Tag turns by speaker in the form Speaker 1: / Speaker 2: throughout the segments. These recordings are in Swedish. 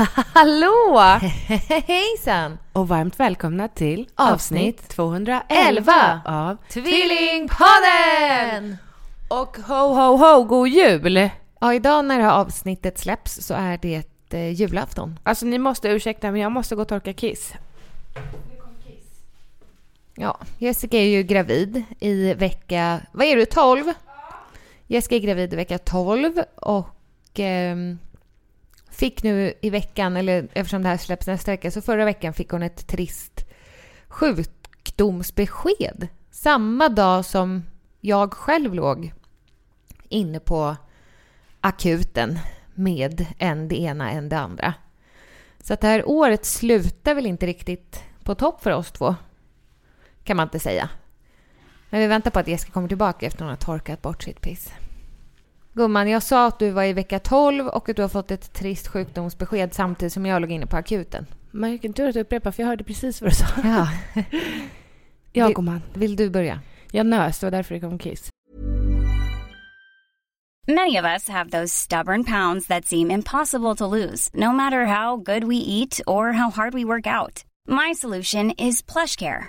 Speaker 1: Hallå! Hejsan!
Speaker 2: Och varmt välkomna till
Speaker 1: Avsnitt
Speaker 2: avsnitt 211
Speaker 1: 11.
Speaker 2: av
Speaker 1: Tvillingpodden!
Speaker 2: Och ho, ho, ho, god jul!
Speaker 1: Ja, idag när det här avsnittet släpps så är det eh, julafton.
Speaker 2: Alltså ni måste ursäkta men jag måste gå och torka kiss.
Speaker 1: Ja, Jessica är ju gravid i vecka... Vad är du? 12? Jessica är gravid i vecka 12 och ehm, fick nu i veckan, eller eftersom det här släpps nästa vecka, så förra veckan fick hon ett trist sjukdomsbesked. Samma dag som jag själv låg inne på akuten med en det ena, en det andra. Så att det här året slutar väl inte riktigt på topp för oss två kan man inte säga. Men vi väntar på att Jessica kommer tillbaka efter hon har torkat bort sitt piss. Gumman, jag sa att du var i vecka 12 och att du har fått ett trist sjukdomsbesked samtidigt som jag låg inne på akuten.
Speaker 2: Men vilken tur att du upprepar för jag hörde precis vad du sa.
Speaker 1: Ja.
Speaker 2: Ja
Speaker 1: Det-
Speaker 2: gumman.
Speaker 1: Vill du börja?
Speaker 2: Jag nös, det var därför det kom kiss.
Speaker 3: Many of us have those stubborn pounds that seem impossible to lose, no matter how good we eat or how hard we work out. My solution is PlushCare.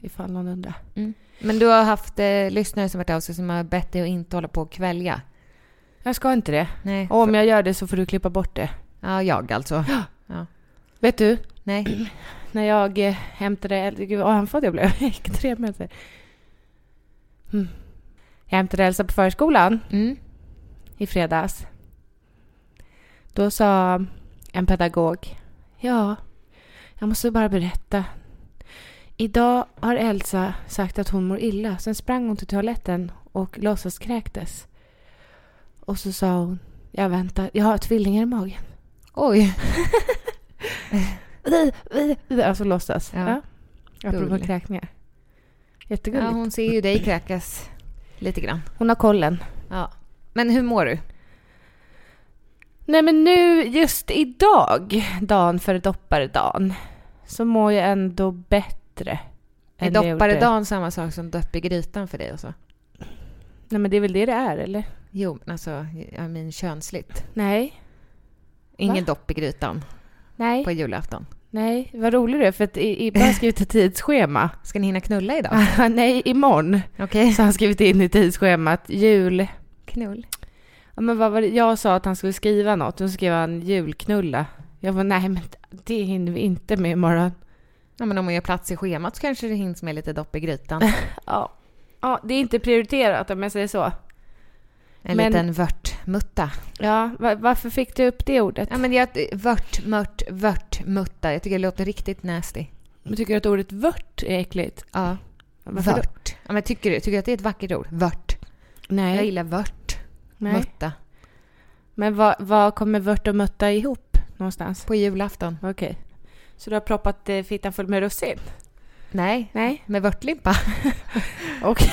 Speaker 2: Ifall någon undrar.
Speaker 1: Men du har haft eh, lyssnare som varit av sig som har bett dig att inte hålla på och kvälja.
Speaker 2: Jag ska inte det.
Speaker 1: Nej.
Speaker 2: Och om jag gör det så får du klippa bort det.
Speaker 1: Ja, jag alltså.
Speaker 2: Vet du,
Speaker 1: Nej.
Speaker 2: när jag eh, hämtade... eller Gud, vad andfådd jag blev. Jag gick tre meter. Mm. Jag hämtade Elsa på förskolan
Speaker 1: Mm.
Speaker 2: i fredags. Då sa en pedagog. Ja, jag måste bara berätta. Idag har Elsa sagt att hon mår illa. Sen sprang hon till toaletten och låtsaskräktes. Och så sa hon. Jag väntar. Jag har tvillingar i magen.
Speaker 1: Oj.
Speaker 2: Alltså låtsas.
Speaker 1: Ja.
Speaker 2: Ja. Apropå
Speaker 1: Gulligt.
Speaker 2: kräkningar. Jättegulligt.
Speaker 1: Ja, hon ser ju dig kräkas lite grann.
Speaker 2: hon har kollen.
Speaker 1: Ja. Men hur mår du?
Speaker 2: Nej men nu just idag, dagen före dopparedagen, så mår jag ändå bättre.
Speaker 1: Är
Speaker 2: än jag gjorde.
Speaker 1: dopparedagen samma sak som dopp i grytan för dig och så?
Speaker 2: Nej men det är väl det det är eller?
Speaker 1: Jo, men alltså, jag mean könsligt.
Speaker 2: Nej.
Speaker 1: Ingen dopp i grytan
Speaker 2: Nej.
Speaker 1: på julafton.
Speaker 2: Nej. Vad rolig du är för att i, i, jag har skrivit ett tidsschema.
Speaker 1: Ska ni hinna knulla idag?
Speaker 2: Nej, imorgon.
Speaker 1: Okej.
Speaker 2: Så har han skrivit in i tidsschemat jul.
Speaker 1: Knull.
Speaker 2: Ja, men vad var det? Jag sa att han skulle skriva något och så skrev han julknulla. Jag var nej men det hinner vi inte med imorgon.
Speaker 1: Ja, men om man gör plats i schemat så kanske det hinns med lite dopp i grytan.
Speaker 2: Ja. Ja, det är inte prioriterat om jag säger så.
Speaker 1: En
Speaker 2: Men-
Speaker 1: liten vörtmutta.
Speaker 2: Ja, va- varför fick du upp det ordet?
Speaker 1: Ja, men jag, vört, mört, vörtmutta. Jag tycker det låter riktigt nasty.
Speaker 2: Men tycker du att ordet vört är äckligt?
Speaker 1: Ja.
Speaker 2: Varför då?
Speaker 1: Vört. Ja, men tycker du, tycker du att det är ett vackert ord? Vört. Jag
Speaker 2: Nej.
Speaker 1: gillar vört.
Speaker 2: Nej.
Speaker 1: Mutta.
Speaker 2: Men vad, vad kommer vört och mötta ihop någonstans?
Speaker 1: På julafton.
Speaker 2: Okej. Så du har proppat eh, fittan full med russin?
Speaker 1: Nej.
Speaker 2: Nej.
Speaker 1: Med vörtlimpa.
Speaker 2: Okej.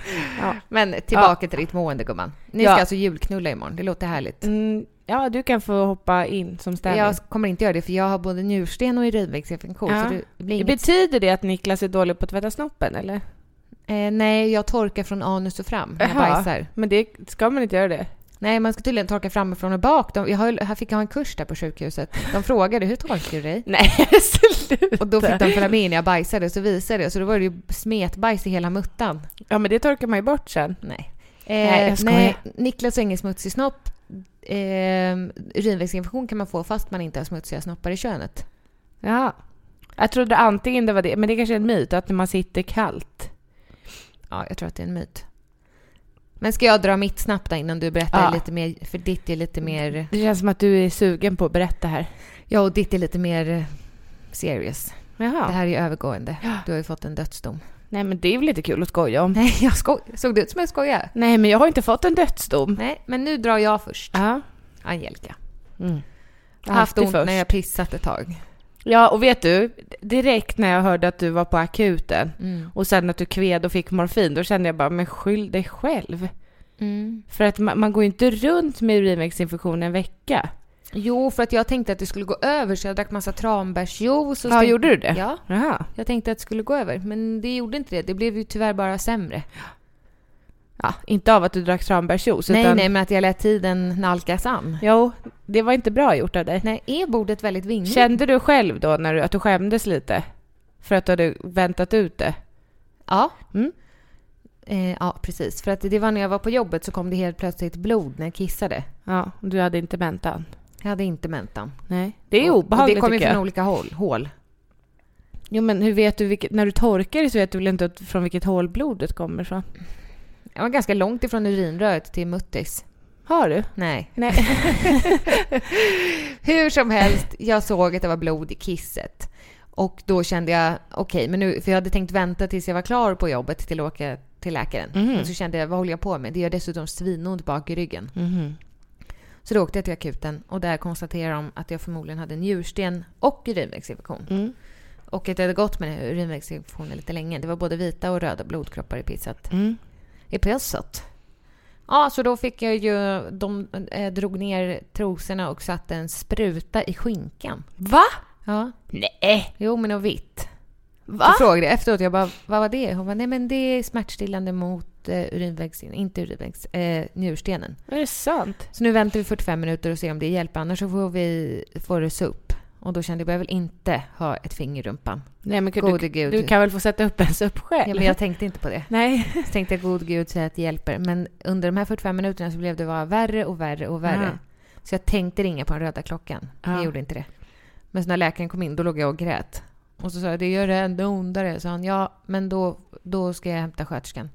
Speaker 1: Men tillbaka till ditt mående gumman. Ni
Speaker 2: Ja.
Speaker 1: ska alltså julknulla imorgon. Det låter härligt.
Speaker 2: Mm, ja, du kan få hoppa in som ställning.
Speaker 1: Jag kommer inte göra det för jag har både njursten och urinvägsinfektion.
Speaker 2: Ja.
Speaker 1: Så det- det blir inget...
Speaker 2: Betyder det att Niklas är dålig på att tvätta snoppen eller?
Speaker 1: eh, nej, jag torkar från anus och fram när jag
Speaker 2: Jaha.
Speaker 1: bajsar.
Speaker 2: Men det ska man inte göra det?
Speaker 1: Nej, man ska tydligen torka framifrån och bak. De, jag har, här fick jag en kurs där på sjukhuset. De frågade hur torkar du dig?
Speaker 2: Nej,
Speaker 1: Och
Speaker 2: sluta.
Speaker 1: då fick de följa med när jag bajsade och så visade jag. Så då var det ju smetbajs i hela muttan.
Speaker 2: Ja, men det torkar man ju bort sen.
Speaker 1: Nej. Eh,
Speaker 2: Nej, jag skojar.
Speaker 1: Niklas har ingen smutsig snopp. Eh, urinvägsinfektion kan man få fast man inte har smutsiga snoppar i könet.
Speaker 2: Ja. Jag trodde antingen det var det, men det kanske är en myt att när man sitter kallt
Speaker 1: Ja, jag tror att det är en myt. Men ska jag dra mitt snabbt då innan du berättar
Speaker 2: Ja.
Speaker 1: lite mer? För ditt är lite mer...
Speaker 2: Det känns som att du är sugen på att berätta här.
Speaker 1: Ja, och ditt är lite mer eh, serious. Det
Speaker 2: Jaha.
Speaker 1: här är övergående.
Speaker 2: Ja.
Speaker 1: Du har ju fått en dödsdom.
Speaker 2: Nej, men det är väl lite kul att skoja om.
Speaker 1: Nej, jag skoj... Såg det ut som jag skojade?
Speaker 2: Nej, men jag har inte fått en dödsdom.
Speaker 1: Nej, men nu drar jag först.
Speaker 2: Ja.
Speaker 1: Angelica.
Speaker 2: Mm.
Speaker 1: Jag har haft
Speaker 2: Alltid
Speaker 1: ont
Speaker 2: först.
Speaker 1: när jag pissat ett tag.
Speaker 2: Ja, och vet du? Direkt när jag hörde att du var på akuten
Speaker 1: Mm.
Speaker 2: och sen att du kved och fick morfin, då kände jag bara, men skyll dig själv.
Speaker 1: Mm.
Speaker 2: För att man, man går ju inte runt med urinvägsinfektion en vecka.
Speaker 1: Jo, för att jag tänkte att det skulle gå över så jag drack massa tranbärsjuice. och
Speaker 2: Ja,
Speaker 1: stäng-
Speaker 2: gjorde du det?
Speaker 1: Ja,
Speaker 2: Jaha.
Speaker 1: jag tänkte att det skulle gå över. Men det gjorde inte det. Det blev ju tyvärr bara sämre.
Speaker 2: Ja, inte av att du drack tranbärsjuice,
Speaker 1: nej,
Speaker 2: utan...
Speaker 1: nej, men att jag lät tiden nalkas an.
Speaker 2: Jo, det var inte bra gjort av dig.
Speaker 1: Nej, är bordet väldigt vingligt?
Speaker 2: Kände du själv då när du, att du skämdes lite? För att du hade väntat ut det?
Speaker 1: Ja.
Speaker 2: Mm.
Speaker 1: Eh, ja, precis. För att det var när jag var på jobbet så kom det helt plötsligt blod när jag kissade.
Speaker 2: Ja, du hade inte väntan.
Speaker 1: Jag hade inte mentan.
Speaker 2: Nej. Det är
Speaker 1: Och- och
Speaker 2: obehagligt
Speaker 1: Det kom ju
Speaker 2: tycker
Speaker 1: från
Speaker 2: jag.
Speaker 1: olika håll. hål.
Speaker 2: Jo, men hur vet du vilket, när du torkar dig så vet du väl inte att- från vilket hål blodet kommer ifrån?
Speaker 1: Jag var ganska långt ifrån urinröret till muttis.
Speaker 2: Har du?
Speaker 1: Nej.
Speaker 2: Nej.
Speaker 1: Hur som helst, jag såg att det var blod i kisset. Och då kände jag, okej, men nu, för jag hade tänkt vänta tills jag var klar på jobbet till att åka till läkaren.
Speaker 2: Mm.
Speaker 1: Och så kände jag, vad håller jag på med? Det gör dessutom svinont bak i ryggen.
Speaker 2: Mhm.
Speaker 1: Så då åkte jag till akuten och där konstaterade de att jag förmodligen hade njursten och urinvägsinfektion.
Speaker 2: Mm.
Speaker 1: Och att jag hade gått med den här urinvägsinfektionen lite länge. Det var både vita och röda blodkroppar i pisset.
Speaker 2: Mm.
Speaker 1: I pisset. Ja, så då fick jag ju... De eh, drog ner trosorna och satte en spruta i skinkan.
Speaker 2: Va?
Speaker 1: Ja.
Speaker 2: Nej.
Speaker 1: Jo, men och vitt.
Speaker 2: Va?
Speaker 1: Så frågade jag efteråt. Jag bara, vad var det? Hon bara, nej men det är smärtstillande mot eh, urinvägs... Inte urinvägs... Eh, njurstenen.
Speaker 2: Är det sant?
Speaker 1: Så nu väntar vi 45 minuter och ser om det hjälper. Annars så får vi... Får det upp. Och då kände jag, jag vill inte ha ett finger i rumpan.
Speaker 2: Nej, men du,
Speaker 1: Gode gud.
Speaker 2: du kan väl få sätta upp en upp själv?
Speaker 1: Ja, men jag tänkte inte på det.
Speaker 2: Nej.
Speaker 1: Så tänkte jag god gud säga att det hjälper. Men under de här 45 minuterna så blev det bara värre och värre och värre.
Speaker 2: Ja.
Speaker 1: Så jag tänkte ringa på den röda klockan.
Speaker 2: Ja.
Speaker 1: Jag gjorde inte det. Men så när läkaren kom in då låg jag och grät. Och så sa jag det gör det ändå ondare. Så han ja men då, då ska jag hämta sköterskan.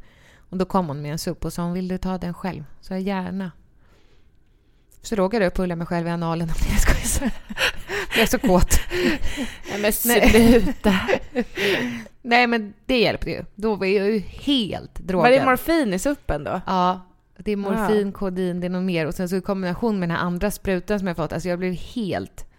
Speaker 1: Och då kom hon med en SUP och sa hon vill du ta den själv? Så jag gärna. Så då råkade jag pulla mig själv i analen om jag skojar. Jag är så kåt.
Speaker 2: Nej, men
Speaker 1: Nej.
Speaker 2: sluta.
Speaker 1: Nej men det hjälpte ju. Då var jag ju helt drogad.
Speaker 2: Var det morfin i suppen då?
Speaker 1: Ja, det är morfin, kodin, det är något mer. Och sen så i kombination med den här andra sprutan som jag fått. Alltså jag blev helt...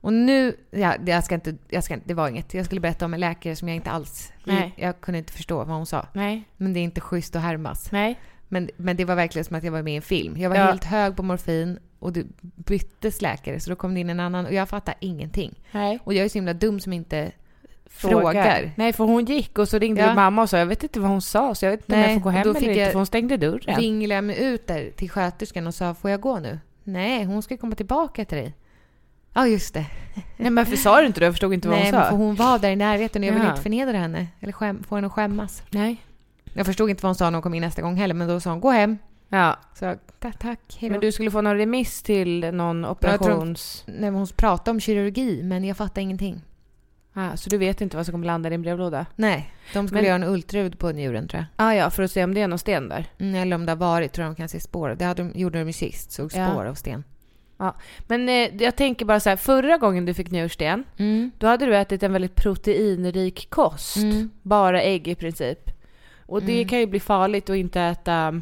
Speaker 1: Och nu... Ja, det- jag ska inte, jag ska, inte- det var inget. Jag skulle berätta om en läkare som jag inte alls...
Speaker 2: Nej.
Speaker 1: Jag kunde inte förstå vad hon sa.
Speaker 2: Nej.
Speaker 1: Men det är inte schysst att härmas.
Speaker 2: Nej.
Speaker 1: Men, men det var verkligen som att jag var med i en film. Jag var
Speaker 2: Ja.
Speaker 1: helt hög på morfin och det byttes läkare. Så då kom det in en annan och jag fattade ingenting.
Speaker 2: Nej.
Speaker 1: Och jag är så himla dum som inte...
Speaker 2: Frågar.
Speaker 1: Frågar.
Speaker 2: Nej, för hon gick och så ringde
Speaker 1: Ja.
Speaker 2: du mamma och sa jag vet inte vad hon sa så jag vet inte om
Speaker 1: Nej,
Speaker 2: jag får gå
Speaker 1: och
Speaker 2: hem
Speaker 1: då
Speaker 2: eller
Speaker 1: fick
Speaker 2: inte
Speaker 1: jag-
Speaker 2: för hon stängde dörren.
Speaker 1: ringlade jag mig ut där till sköterskan och sa får jag gå nu? Nej, hon ska komma tillbaka till dig. Ja, just det.
Speaker 2: Nej, men varför sa du inte det? Jag förstod inte vad
Speaker 1: Nej,
Speaker 2: hon
Speaker 1: men
Speaker 2: sa.
Speaker 1: för hon var där i närheten och jag ville
Speaker 2: Ja.
Speaker 1: inte förnedra henne eller skäm, få henne att skämmas.
Speaker 2: Nej.
Speaker 1: Jag förstod inte vad hon sa när hon kom in nästa gång heller, men då sa hon gå hem.
Speaker 2: Ja.
Speaker 1: Så jag, "Ta- tack, hej då.
Speaker 2: Men du skulle få någon remiss till någon
Speaker 1: jag tror-
Speaker 2: operations...
Speaker 1: Nej, men hon pratade om kirurgi, men jag fattade ingenting.
Speaker 2: Ah, så du vet inte vad som kommer landa i din brevlåda?
Speaker 1: Nej, de skulle
Speaker 2: Men-
Speaker 1: göra en ultraljud på njuren tror jag.
Speaker 2: Ah, ja, för att se om det är någon sten där.
Speaker 1: Mm, eller om det har varit, tror jag de kan se spår. Det hade de, gjorde de ju sist, såg
Speaker 2: Ja.
Speaker 1: spår av sten.
Speaker 2: Men eh, jag tänker bara så här, förra gången du fick njursten,
Speaker 1: Mm.
Speaker 2: då hade du ätit en väldigt proteinrik kost.
Speaker 1: Mm.
Speaker 2: Bara ägg i princip. Och det
Speaker 1: Mm.
Speaker 2: kan ju bli farligt att inte äta,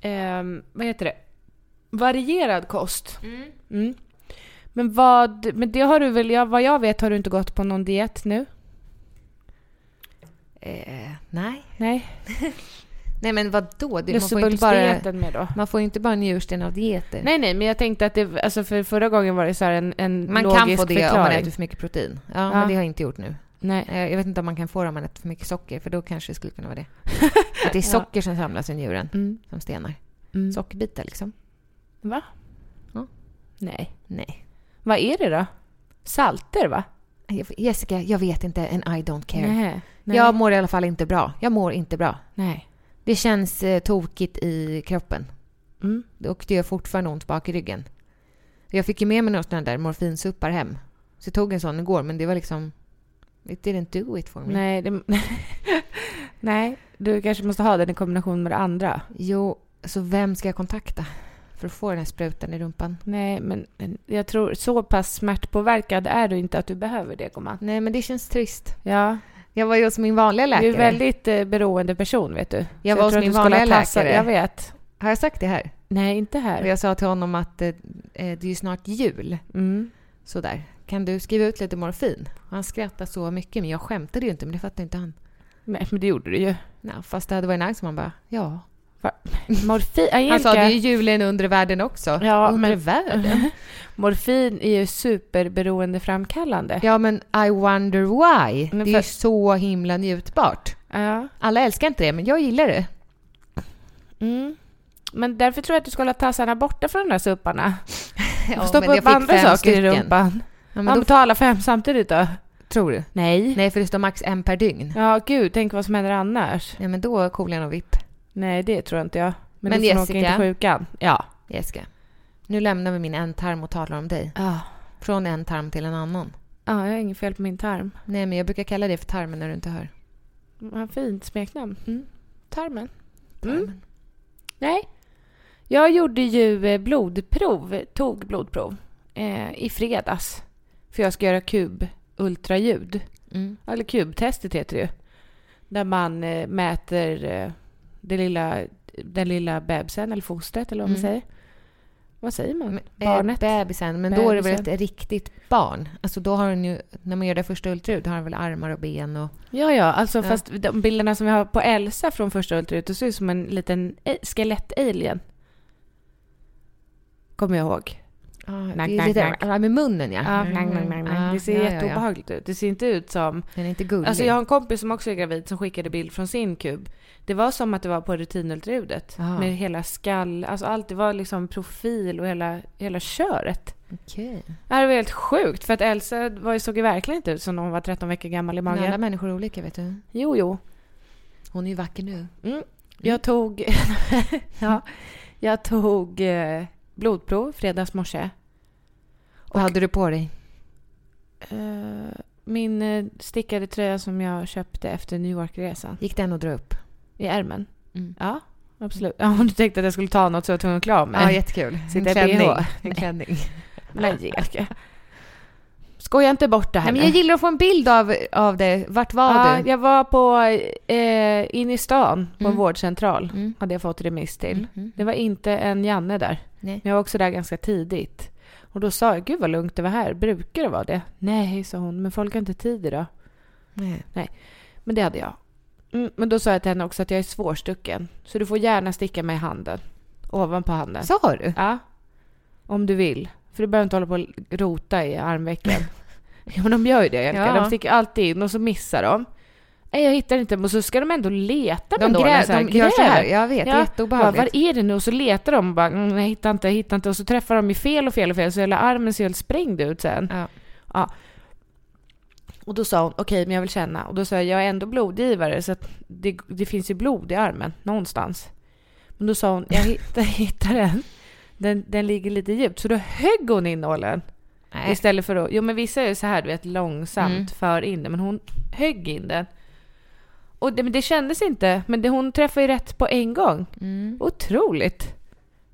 Speaker 2: ehm, vad heter det, varierad kost. Mm. Men vad, men det har du väl, jag, vad jag vet har du inte gått på någon diet nu?
Speaker 1: Eh, nej.
Speaker 2: Nej,
Speaker 1: Nej, men vadå? Det, man, får inte bara,
Speaker 2: lussebullsdieten med då?
Speaker 1: man får ju inte bara njursten av dieter.
Speaker 2: Nej, nej, men jag tänkte att det, alltså för förra gången var det så här en, en
Speaker 1: Man
Speaker 2: logisk
Speaker 1: kan få det
Speaker 2: förklaring.
Speaker 1: om man typ- äter för mycket protein. Ja,
Speaker 2: Ja.
Speaker 1: men det har jag inte gjort nu.
Speaker 2: Nej.
Speaker 1: Eh, Jag vet inte om man kan få det om man äter för mycket socker, för då kanske det skulle kunna vara det. Att det är
Speaker 2: Ja.
Speaker 1: socker som samlas i njuren,
Speaker 2: Mm.
Speaker 1: som stenar.
Speaker 2: Mm.
Speaker 1: Sockerbitar liksom.
Speaker 2: Va?
Speaker 1: Ja.
Speaker 2: Nej.
Speaker 1: Nej.
Speaker 2: Vad är det då? Salter va?
Speaker 1: Jag- Jessica, jag vet inte and I don't care.
Speaker 2: Nej. Nej.
Speaker 1: Jag mår i alla fall inte bra. Jag mår inte bra.
Speaker 2: nej.
Speaker 1: Det känns eh, tokigt i kroppen.
Speaker 2: Mm.
Speaker 1: Och det gör fortfarande ont bak i ryggen. Jag fick ju med mig några sådana där morfinsuppar hem. Så Mm. jag tog en sån igår, men det var liksom... It didn't do it for me.
Speaker 2: Nej, det, Nej, du kanske måste ha den i kombination med det andra.
Speaker 1: Jo, så vem ska jag kontakta för att få den här sprutan i rumpan?
Speaker 2: Nej, men men jag tror så pass smärtpåverkad är du inte att du behöver det, gumman.
Speaker 1: Nej, men det känns trist.
Speaker 2: Ja,
Speaker 1: Jag var ju hos min vanliga
Speaker 2: du
Speaker 1: läkare.
Speaker 2: är en väldigt eh, beroende person, vet du. Så
Speaker 1: Jag var hos
Speaker 2: tror att
Speaker 1: min
Speaker 2: du skulle ha
Speaker 1: vanliga
Speaker 2: tassar-
Speaker 1: läkare.
Speaker 2: Jag vet.
Speaker 1: Har jag sagt det här?
Speaker 2: Nej, inte här.
Speaker 1: Och jag sa till honom att eh, eh, det är ju snart jul.
Speaker 2: Mm.
Speaker 1: Sådär. Kan du skriva ut lite morfin? Och han skrattade så mycket, men jag skämtade ju inte, men det fattade inte han.
Speaker 2: Men, men det gjorde du ju.
Speaker 1: Nej, fast det hade varit nice om han bara, ja.
Speaker 2: Morfin, Angelica,
Speaker 1: Han sa, det är ju julen under världen också.
Speaker 2: Ja,
Speaker 1: under
Speaker 2: men-
Speaker 1: världen?
Speaker 2: morfin är ju superberoendeframkallande.
Speaker 1: Ja, men I wonder why.
Speaker 2: Men
Speaker 1: det är
Speaker 2: för-
Speaker 1: ju så himla njutbart.
Speaker 2: Ja.
Speaker 1: Alla älskar inte det, men jag gillar det.
Speaker 2: Mm. Men därför tror jag att du ska hålla tassarna borta från de där supparna.
Speaker 1: Ja,
Speaker 2: Och Stoppa upp andra saker i rumpan.
Speaker 1: Ja,
Speaker 2: Ja,
Speaker 1: men
Speaker 2: men
Speaker 1: då,
Speaker 2: tala fem samtidigt då.
Speaker 1: tror du?
Speaker 2: Nej.
Speaker 1: Nej, för det står max en per dygn.
Speaker 2: Ja, gud, tänk vad som händer annars.
Speaker 1: Nej, men då kolar jag någon vipp.
Speaker 2: Nej, det tror inte jag. Men,
Speaker 1: Men
Speaker 2: du får nog åka in
Speaker 1: Jessica?
Speaker 2: till sjukan. Ja.
Speaker 1: Jessica, nu lämnar vi min ändtarm och talar om dig.
Speaker 2: Ja,
Speaker 1: Från en tarm till en annan.
Speaker 2: ah, jag har inget fel på min tarm.
Speaker 1: Nej, men jag brukar kalla det för tarmen när du inte hör.
Speaker 2: Vad fint smeknamn. Mm. Tarmen.
Speaker 1: Tarmen.
Speaker 2: Mm. Nej. Jag gjorde ju eh, blodprov, tog blodprov eh, i fredags. För jag ska göra kubultraljud.
Speaker 1: Mm.
Speaker 2: Eller kubtestet heter det ju. Där man eh, mäter eh, det lilla, den lilla bebisen eller fostret eller vad man
Speaker 1: Mm.
Speaker 2: säger. Vad säger man?
Speaker 1: Men, eh,
Speaker 2: Mm. Barnet?
Speaker 1: Bebisen. Men då är det väl
Speaker 2: Bebisen.
Speaker 1: ett riktigt barn? Alltså då har den ju, när man gör det första ultraljudet har den väl armar och ben och...
Speaker 2: Ja, ja, alltså
Speaker 1: Ja.
Speaker 2: fast de bilderna som vi har på Elsa från första ultraljudet ser ut som en liten a- skelett-alien. Kommer jag ihåg.
Speaker 1: Ah,
Speaker 2: Knack,
Speaker 1: det är
Speaker 2: knack,
Speaker 1: lite,
Speaker 2: knack.
Speaker 1: Ja, med munnen ja.
Speaker 2: Ja, blang, blang, blang, blang.
Speaker 1: Ah,
Speaker 2: det ser
Speaker 1: ja, ja, ja.
Speaker 2: jätteobehagligt ut. Det ser inte ut som...
Speaker 1: Den är inte gullig.
Speaker 2: Alltså jag har en kompis som också är gravid som skickade bild från sin kub. Det var som att det var på rutinultraljudet.
Speaker 1: Ah.
Speaker 2: Med hela skall, alltså allt. Det var liksom profil och hela, hela köret.
Speaker 1: Okej.
Speaker 2: Ja, Det var helt sjukt för att Elsa var ju, såg ju verkligen inte ut som när hon var 13 veckor gammal i
Speaker 1: Men
Speaker 2: magen.
Speaker 1: alla människor är olika vet du.
Speaker 2: Jo, jo.
Speaker 1: Hon är ju vacker nu.
Speaker 2: Jag tog, ja, jag tog eh, blodprov fredags morse.
Speaker 1: Vad hade du på dig?
Speaker 2: Eh, min eh, stickade tröja som jag köpte efter New York-resan.
Speaker 1: Gick den att dra upp?
Speaker 2: I ärmen.
Speaker 1: Mm.
Speaker 2: Ja, absolut. Ja, om du tänkte att jag skulle ta något så var jag tvungen att klä av mig.
Speaker 1: jättekul. En
Speaker 2: Sitta i
Speaker 1: klänning.
Speaker 2: BH.
Speaker 1: En klänning.
Speaker 2: Men Angelica, Skoja inte bort det här
Speaker 1: Nej, men
Speaker 2: nu.
Speaker 1: jag gillar att få en bild av, av det. Vart var
Speaker 2: ja,
Speaker 1: du?
Speaker 2: jag var på, eh, in i stan på
Speaker 1: Mm.
Speaker 2: en vårdcentral.
Speaker 1: Mm.
Speaker 2: Hade jag fått remiss till.
Speaker 1: Mm.
Speaker 2: Det var inte en Janne där.
Speaker 1: Nej.
Speaker 2: Men jag var också där ganska tidigt. Och då sa jag, gud vad lugnt det var här. Brukar det vara det? Nej, sa hon, men folk har inte tid idag.
Speaker 1: Nej.
Speaker 2: Men det hade jag. Mm, men då sa jag till henne också att jag är svårstucken. Så du får gärna sticka mig i handen. Ovanpå handen.
Speaker 1: Sa du?
Speaker 2: Ja. Om du vill. För du behöver inte hålla på och rota i armvecken. ja, men de gör ju det Angelica.
Speaker 1: Ja.
Speaker 2: De sticker alltid in och så missar de. Nej, jag hittar inte. Men så ska de ändå leta med
Speaker 1: De,
Speaker 2: nålen
Speaker 1: grä,
Speaker 2: så här,
Speaker 1: de gör så här.
Speaker 2: gräver.
Speaker 1: Jag vet, det är
Speaker 2: Ja, Bara,
Speaker 1: jätteobehagligt.
Speaker 2: vad är det nu? Och så letar de och bara, mm, jag hittar inte, jag hittar inte. Och så träffar de ju fel och fel och fel, så hela armen ser helt sprängd ut sen.
Speaker 1: Ja.
Speaker 2: Ja. Och då sa hon, okej, men jag vill känna. Och då sa jag, jag är ändå blodgivare, så att det, det finns ju blod i armen någonstans. Men då sa hon, jag hittar, hittar den. den. Den ligger lite djupt. Så då högg hon in nålen.
Speaker 1: Nej.
Speaker 2: Istället för att, jo men vissa är ju så här du vet långsamt
Speaker 1: Äh. Mm.
Speaker 2: för in den men hon högg in den. Och det, men det kändes inte, men det, hon träffade ju rätt på en gång.
Speaker 1: Mm.
Speaker 2: Otroligt!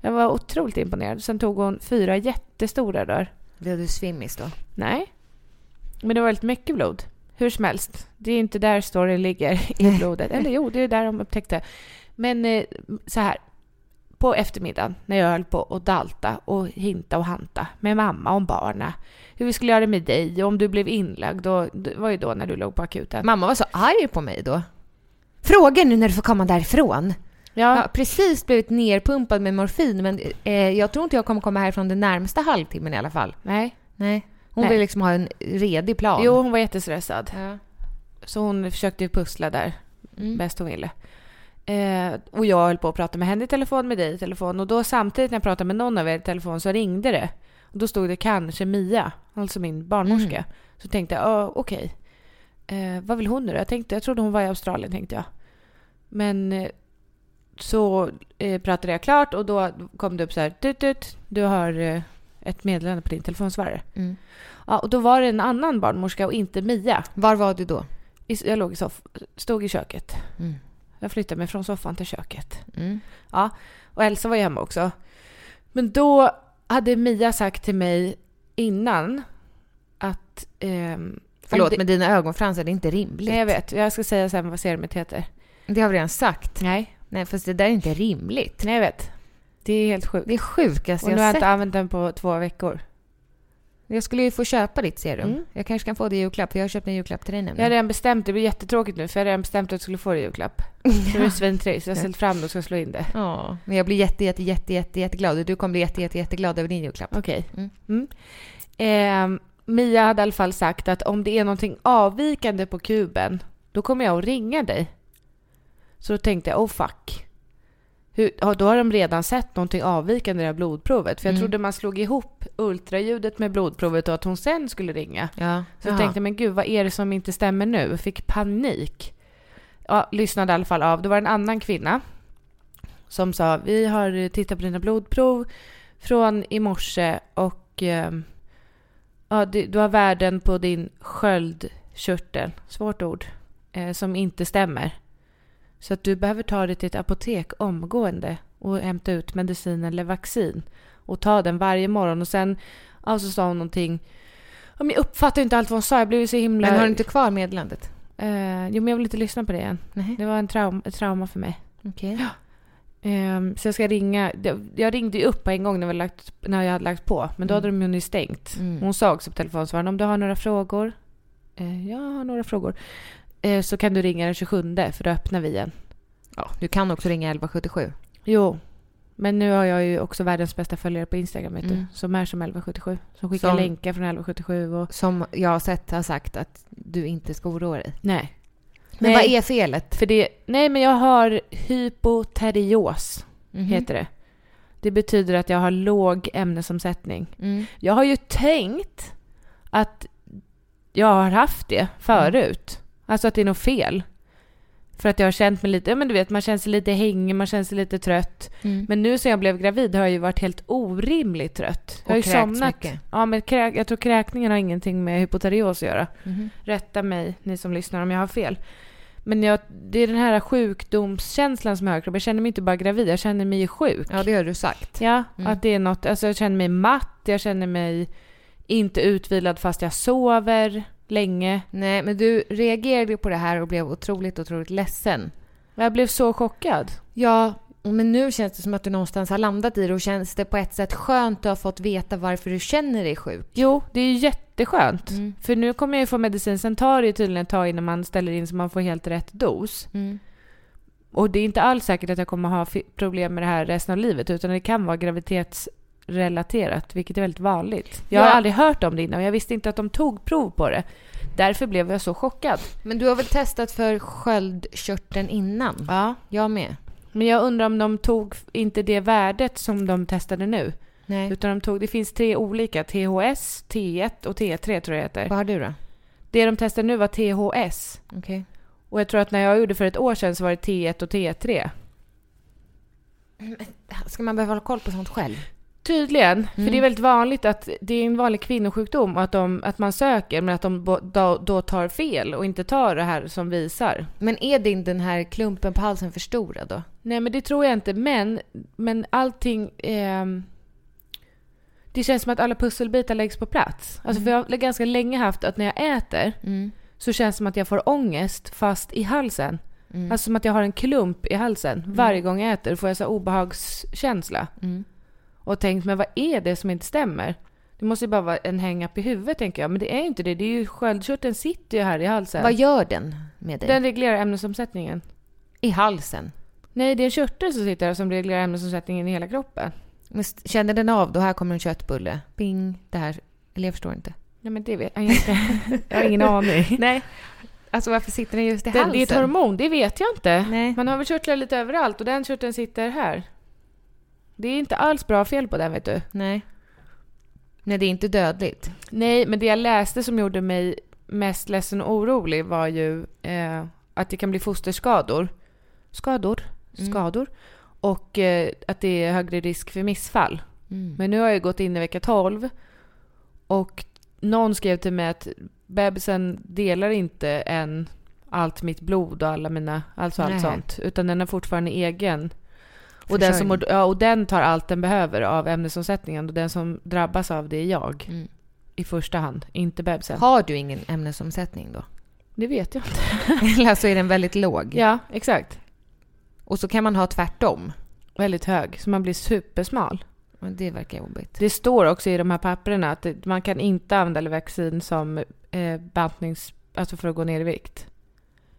Speaker 2: Jag var otroligt imponerad. Sen tog hon fyra jättestora rör.
Speaker 1: Blev du svimmis då?
Speaker 2: Nej. Men det var väldigt mycket blod. Hur som helst, det är inte där storyn ligger i blodet. Eller jo, det är där de upptäckte. Men eh, så här. På eftermiddagen när jag höll på och dalta och hinta och hanta med mamma om barna. Hur vi skulle göra det med dig och om du blev inlagd. Och, det var ju då när du låg på akuten.
Speaker 1: Mamma var så arg på mig då. Fråga nu när du får komma därifrån. Jag har
Speaker 2: Ja,
Speaker 1: precis blivit nerpumpad med morfin men eh, jag tror inte jag kommer komma härifrån den närmsta halvtimmen i alla fall.
Speaker 2: nej.
Speaker 1: Nej. Hon
Speaker 2: Nej.
Speaker 1: vill liksom ha en redig plan.
Speaker 2: Jo, hon var jättestressad.
Speaker 1: Ja.
Speaker 2: Så hon försökte ju pussla där.
Speaker 1: Mm.
Speaker 2: bäst hon ville. Eh, och jag höll på att prata med henne i telefon, med dig i telefon och då samtidigt när jag pratade med någon av er i telefon så ringde det. Och då stod det kanske Mia, alltså min barnmorska.
Speaker 1: Mm.
Speaker 2: Så tänkte jag, ah, okej. Eh, vad vill hon nu då? Jag, tänkte, jag trodde hon var i Australien tänkte jag. Men eh, så eh, pratade jag klart och då kom det upp så här, tut, tut, du har eh, ett meddelande på din telefonsvarare.
Speaker 1: Mm.
Speaker 2: Ja, och då var det en annan barnmorska och inte Mia.
Speaker 1: Var var du då?
Speaker 2: i- jag låg i soff, stod i köket.
Speaker 1: Mm.
Speaker 2: Jag flyttade mig från soffan till köket.
Speaker 1: Mm.
Speaker 2: Ja, och Elsa var ju hemma också. Men då hade Mia sagt till mig innan att... ehm, om
Speaker 1: Förlåt,
Speaker 2: det,
Speaker 1: men dina ögonfransar, det är inte rimligt.
Speaker 2: Nej, jag vet. Jag ska säga sen vad serumet heter.
Speaker 1: Det har vi redan sagt.
Speaker 2: Nej.
Speaker 1: Nej, fast det där är inte rimligt.
Speaker 2: Nej, jag vet. Det är helt sjukt.
Speaker 1: Det är sjukaste
Speaker 2: Och nu
Speaker 1: jag
Speaker 2: har jag
Speaker 1: sett.
Speaker 2: inte använt den på två veckor.
Speaker 1: Jag skulle ju få köpa ditt serum.
Speaker 2: Mm.
Speaker 1: Jag kanske kan få det i julklapp, för jag har köpt en julklapp till dig
Speaker 2: Jag har
Speaker 1: nämligen.
Speaker 2: redan bestämt, det blir jättetråkigt nu för jag har redan bestämt att jag skulle få det i julklapp. Det var svintrist, så jag har ställt fram det och ska slå in det.
Speaker 1: Ja, men jag blir jätte, jätte, jätte, jätte, jätteglad och du kommer bli jätte, jätte, jätteglad över din julklapp.
Speaker 2: Okej.
Speaker 1: Mm.
Speaker 2: Mm. Ehm, Mia hade i alla fall sagt att om det är någonting avvikande på kuben, då kommer jag att ringa dig. Så då tänkte jag, oh fuck. Hur, ja, då har de redan sett någonting avvikande i det här blodprovet. För jag
Speaker 1: Mm.
Speaker 2: trodde man slog ihop ultraljudet med blodprovet och att hon sen skulle ringa.
Speaker 1: Ja.
Speaker 2: Så jag tänkte, men gud vad är det som inte stämmer nu? Fick panik. Ja, lyssnade i alla fall av. Det var en annan kvinna som sa, vi har tittat på dina blodprov från i morse och ehm, ja, du, du har värden på din sköldkörtel, svårt ord, eh, som inte stämmer. Så att du behöver ta dig till ett apotek omgående och hämta ut medicin eller vaccin och ta den varje morgon. Och sen ja, så sa hon någonting Ja, men jag uppfattar inte allt vad hon sa. Jag blev ju så himla...
Speaker 1: Men har du inte kvar meddelandet?
Speaker 2: Eh, jo, men jag vill inte lyssna på det igen.
Speaker 1: Nej.
Speaker 2: Det var en traum, ett trauma för mig.
Speaker 1: Okej.
Speaker 2: Ehm, så jag ska ringa. det- Jag ringde ju upp på en gång när, vi hade lagt, när jag hade lagt på. Men då hade de ju nu stängt.
Speaker 1: Mm.
Speaker 2: Hon sa också på telefonsvararen om du har några frågor. Eh, jag har några frågor. Eh, så kan du ringa den 27 för då öppnar vi igen.
Speaker 1: Ja, du kan också ringa 1177.
Speaker 2: Jo. Men nu har jag ju också världens bästa följare på Instagram vet
Speaker 1: Mm.
Speaker 2: du. Som är som 1177. Som skickar
Speaker 1: Som-
Speaker 2: länkar från 1177 och...
Speaker 1: Som jag har sett har sagt att du inte ska oroa dig.
Speaker 2: Nej.
Speaker 1: Men
Speaker 2: Nej.
Speaker 1: vad är felet?
Speaker 2: För det, nej men jag har hypoterios,
Speaker 1: Mm.
Speaker 2: heter det. Det betyder att jag har låg ämnesomsättning.
Speaker 1: Mm.
Speaker 2: Jag har ju tänkt att jag har haft
Speaker 1: Mm.
Speaker 2: det förut. Alltså att det är något fel. För att jag har känt mig lite, ja men du vet man känner sig lite hängig, man känner sig lite trött.
Speaker 1: Mm.
Speaker 2: Men nu sen jag blev gravid har jag ju varit helt orimligt trött.
Speaker 1: Och
Speaker 2: Jag har ju
Speaker 1: kräkts
Speaker 2: somnat.
Speaker 1: mycket.
Speaker 2: Ja men kräk, jag tror kräkningen har ingenting med hypoterios att göra
Speaker 1: Mhm.
Speaker 2: rätta mig ni som lyssnar om jag har fel. Men jag, det är den här sjukdomskänslan som jag har i kroppen. Jag känner mig inte bara gravid, jag känner mig ju sjuk.
Speaker 1: Ja, det har du sagt.
Speaker 2: Ja,
Speaker 1: Mm.
Speaker 2: att det är något, alltså jag känner mig matt, jag känner mig inte utvilad fast jag sover länge.
Speaker 1: Nej, men du reagerade ju på det här och blev otroligt, otroligt ledsen.
Speaker 2: Jag blev så chockad.
Speaker 1: Ja, men nu känns det som att du någonstans har landat i det och känns det på ett sätt skönt att ha fått veta varför du känner dig sjuk.
Speaker 2: Jo, det är ju jätteskönt.
Speaker 1: Mm.
Speaker 2: För nu kommer jag ju få medicin, sen tar det ju tydligen ett tag innan man ställer in så man får helt rätt dos.
Speaker 1: mm.
Speaker 2: Och det är inte alls säkert att jag kommer ha fi- problem med det här resten av livet utan det kan vara graviditetsrelaterat, vilket är väldigt vanligt. Jag har
Speaker 1: Ja.
Speaker 2: aldrig hört om det innan och jag visste inte att de tog prov på det. Därför blev jag så chockad.
Speaker 1: Men du har väl testat för sköldkörteln innan?
Speaker 2: Ja.
Speaker 1: Jag med.
Speaker 2: Men jag undrar om de tog f- inte det värdet som de testade nu.
Speaker 1: Nej.
Speaker 2: Utan de tog, det finns tre olika, THS, T1 och T3 tror jag det heter.
Speaker 1: Vad har du då?
Speaker 2: Det de testade nu var THS.
Speaker 1: Okej.
Speaker 2: Och jag tror att när jag gjorde för ett år sedan så var det T1 och T3.
Speaker 1: Ska man behöva hålla koll på sånt själv?
Speaker 2: Tydligen,
Speaker 1: Mm.
Speaker 2: för det är väldigt vanligt att det är en vanlig kvinnosjukdom och att, de, att man söker men att de bo- då, då tar fel och inte tar det här som visar.
Speaker 1: Men är din den här klumpen på halsen för stora då?
Speaker 2: Nej men det tror jag inte men, men allting... ehm, det känns som att alla pusselbitar läggs på plats.
Speaker 1: Mm.
Speaker 2: Alltså för jag har ganska länge haft att när jag äter så känns det som att jag får ångest fast i halsen.
Speaker 1: Mm.
Speaker 2: Alltså som att jag har en klump i halsen. Varje gång jag äter får jag så här obehagskänsla.
Speaker 1: mm.
Speaker 2: Och tänkt, men vad är det som inte stämmer? Det måste ju bara vara en hang-up i huvudet tänker jag. Men det är ju inte det. Det är ju sköldkörteln sitter ju här i halsen.
Speaker 1: Vad gör den med dig?
Speaker 2: Den reglerar ämnesomsättningen.
Speaker 1: I halsen?
Speaker 2: Nej, det är en körtel som sitter här som reglerar ämnesomsättningen i hela kroppen.
Speaker 1: Men st- Känner den av då? Här kommer en köttbulle. Bing. Det här. Eller jag förstår inte.
Speaker 2: Nej men det vet jag inte. jag har ingen aning.
Speaker 1: Nej. Alltså varför sitter den just i
Speaker 2: Det,
Speaker 1: halsen?
Speaker 2: det är ett hormon, det vet jag inte.
Speaker 1: Nej.
Speaker 2: Man har väl körtlar lite överallt och den körteln sitter här. Det är inte alls bra fel på den vet du.
Speaker 1: Nej. Nej, det är inte dödligt.
Speaker 2: Nej, men det jag läste som gjorde mig mest ledsen och orolig var ju eh, att det kan bli fosterskador. Skador? Skador. Och eh, att det är högre risk för missfall.
Speaker 1: Mm.
Speaker 2: Men nu har jag ju gått in i vecka 12 och någon skrev till mig att bebisen delar inte en allt mitt blod och alla mina, alltså allt
Speaker 1: Nej.
Speaker 2: sånt. Utan den har fortfarande egen. Och den, som,
Speaker 1: Försörjning.
Speaker 2: ja, och den tar allt den behöver av ämnesomsättningen och den som drabbas av det är jag.
Speaker 1: Mm.
Speaker 2: I första hand, inte bebisen.
Speaker 1: Har du ingen ämnesomsättning då?
Speaker 2: Det vet jag inte.
Speaker 1: Eller så är den väldigt låg.
Speaker 2: Ja, exakt.
Speaker 1: Och så kan man ha tvärtom.
Speaker 2: Väldigt hög, så man blir supersmal.
Speaker 1: Och det verkar jobbigt.
Speaker 2: Det står också i de här papperna att det- man kan inte använda Levaxin som eh, bantnings... Alltså för att gå ner i vikt.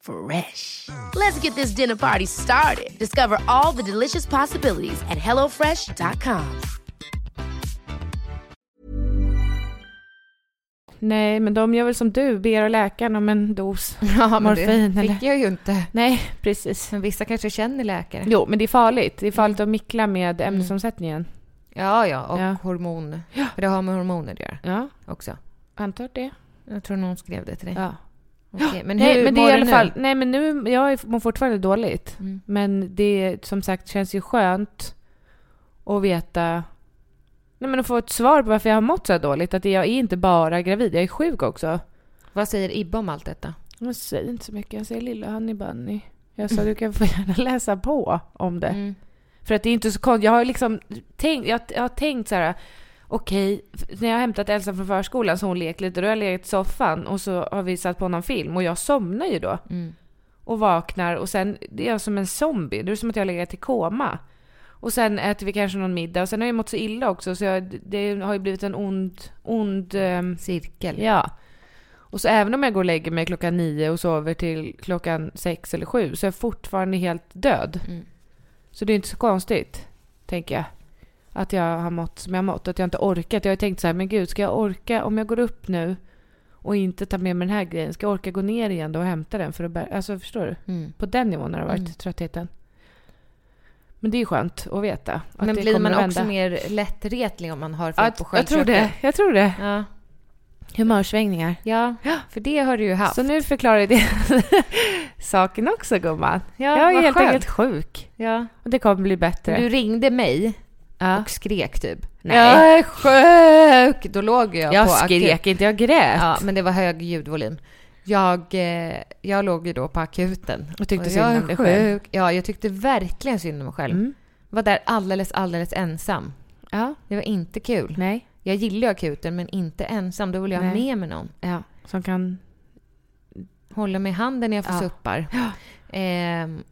Speaker 4: Fresh. Let's get this dinner party started. Discover all the delicious possibilities at hellofresh.com.
Speaker 2: Nej, men de gör väl som du, ber läkaren om en dos.
Speaker 1: Ja,
Speaker 2: Morfin,
Speaker 1: det
Speaker 2: eller?
Speaker 1: fick jag ju inte.
Speaker 2: Nej, precis.
Speaker 1: Men vissa kanske känner läkare.
Speaker 2: Jo, men det är farligt. Det är farligt
Speaker 1: Mm.
Speaker 2: att mickla med ämnesomsättningen.
Speaker 1: Ja, ja. Och
Speaker 2: Ja.
Speaker 1: hormon. För det har med hormoner att göra
Speaker 2: Ja,
Speaker 1: också.
Speaker 2: antar det.
Speaker 1: Jag tror någon skrev det till dig.
Speaker 2: Ja.
Speaker 1: Okej, men Eh, hur
Speaker 2: Nej, men det
Speaker 1: mår
Speaker 2: är i
Speaker 1: du
Speaker 2: alla
Speaker 1: nu?
Speaker 2: fall, nej, men nu, jag är- mår fortfarande dåligt.
Speaker 1: Mm.
Speaker 2: Men det som sagt känns ju skönt att veta, nej men att få ett svar på varför jag har mått så här dåligt. Att jag är inte bara gravid, jag är sjuk också.
Speaker 1: Vad säger Ibbe om allt detta?
Speaker 2: Jag säger inte så mycket, jag säger lilla Honey Bunny. Jag sa du kan få gärna läsa på om det.
Speaker 1: Mm.
Speaker 2: För att det är inte så konstigt. Jag har liksom tänkt, jag, jag har tänkt så här. Okej, f- när jag har hämtat Elsa från förskolan så har hon lekt lite. Då har jag legat i soffan och så har vi satt på någon film och jag somnar ju då. Och vaknar och sen det är jag som en zombie. Det är som att jag har legat i koma. Och sen äter vi kanske någon middag och sen har jag mått så illa också så jag, det har ju blivit en ond, ond ehm,
Speaker 1: Cirkel.
Speaker 2: Ja. Och så även om jag går och lägger mig klockan nio och sover till klockan sex eller sju så är jag fortfarande helt död. Så det är inte så konstigt, tänker jag. Att jag har mått som jag har mått. Att jag inte orkat. Jag har tänkt så här, men gud, ska jag orka om jag går upp nu och inte tar med mig den här grejen? Ska jag orka gå ner igen då och hämta den? För att bära? Alltså, förstår du?
Speaker 1: Mm.
Speaker 2: På den nivån har det varit, tröttheten. Men det är skönt att veta. Att
Speaker 1: Men
Speaker 2: det
Speaker 1: blir
Speaker 2: kommer
Speaker 1: man
Speaker 2: att
Speaker 1: också
Speaker 2: vända.
Speaker 1: mer lättretlig om man har folk
Speaker 2: Ja,
Speaker 1: på
Speaker 2: jag tror
Speaker 1: självköpet?
Speaker 2: det. Jag tror det.
Speaker 1: Ja.
Speaker 2: Humörsvängningar.
Speaker 1: ja, för det har du ju haft.
Speaker 2: Så nu förklarar jag det saken också gumman.
Speaker 1: Ja,
Speaker 2: jag är
Speaker 1: vad
Speaker 2: helt
Speaker 1: skönt.
Speaker 2: enkelt sjuk.
Speaker 1: ja.
Speaker 2: Och det kommer bli bättre.
Speaker 1: Du ringde mig
Speaker 2: ja.
Speaker 1: och skrek typ.
Speaker 2: Nej.
Speaker 1: Jag är sjuk! Då låg jag,
Speaker 2: jag
Speaker 1: på
Speaker 2: skrek
Speaker 1: akut.
Speaker 2: inte, jag grät.
Speaker 1: Ja, men det var hög ljudvolym. Jag, eh, jag låg ju då på akuten.
Speaker 2: Och tyckte synd
Speaker 1: jag
Speaker 2: om
Speaker 1: är
Speaker 2: dig själv.
Speaker 1: sjuk. Ja, jag tyckte verkligen synd om mig själv.
Speaker 2: Mm.
Speaker 1: Var där alldeles, alldeles ensam.
Speaker 2: Ja.
Speaker 1: Det var inte kul.
Speaker 2: Nej.
Speaker 1: Jag gillar ju akuten, men inte ensam. Då vill jag ha
Speaker 2: Nej.
Speaker 1: med mig någon.
Speaker 2: Ja. Som kan...
Speaker 1: Hålla mig i handen när jag får
Speaker 2: Ja.
Speaker 1: suppar. Ehm,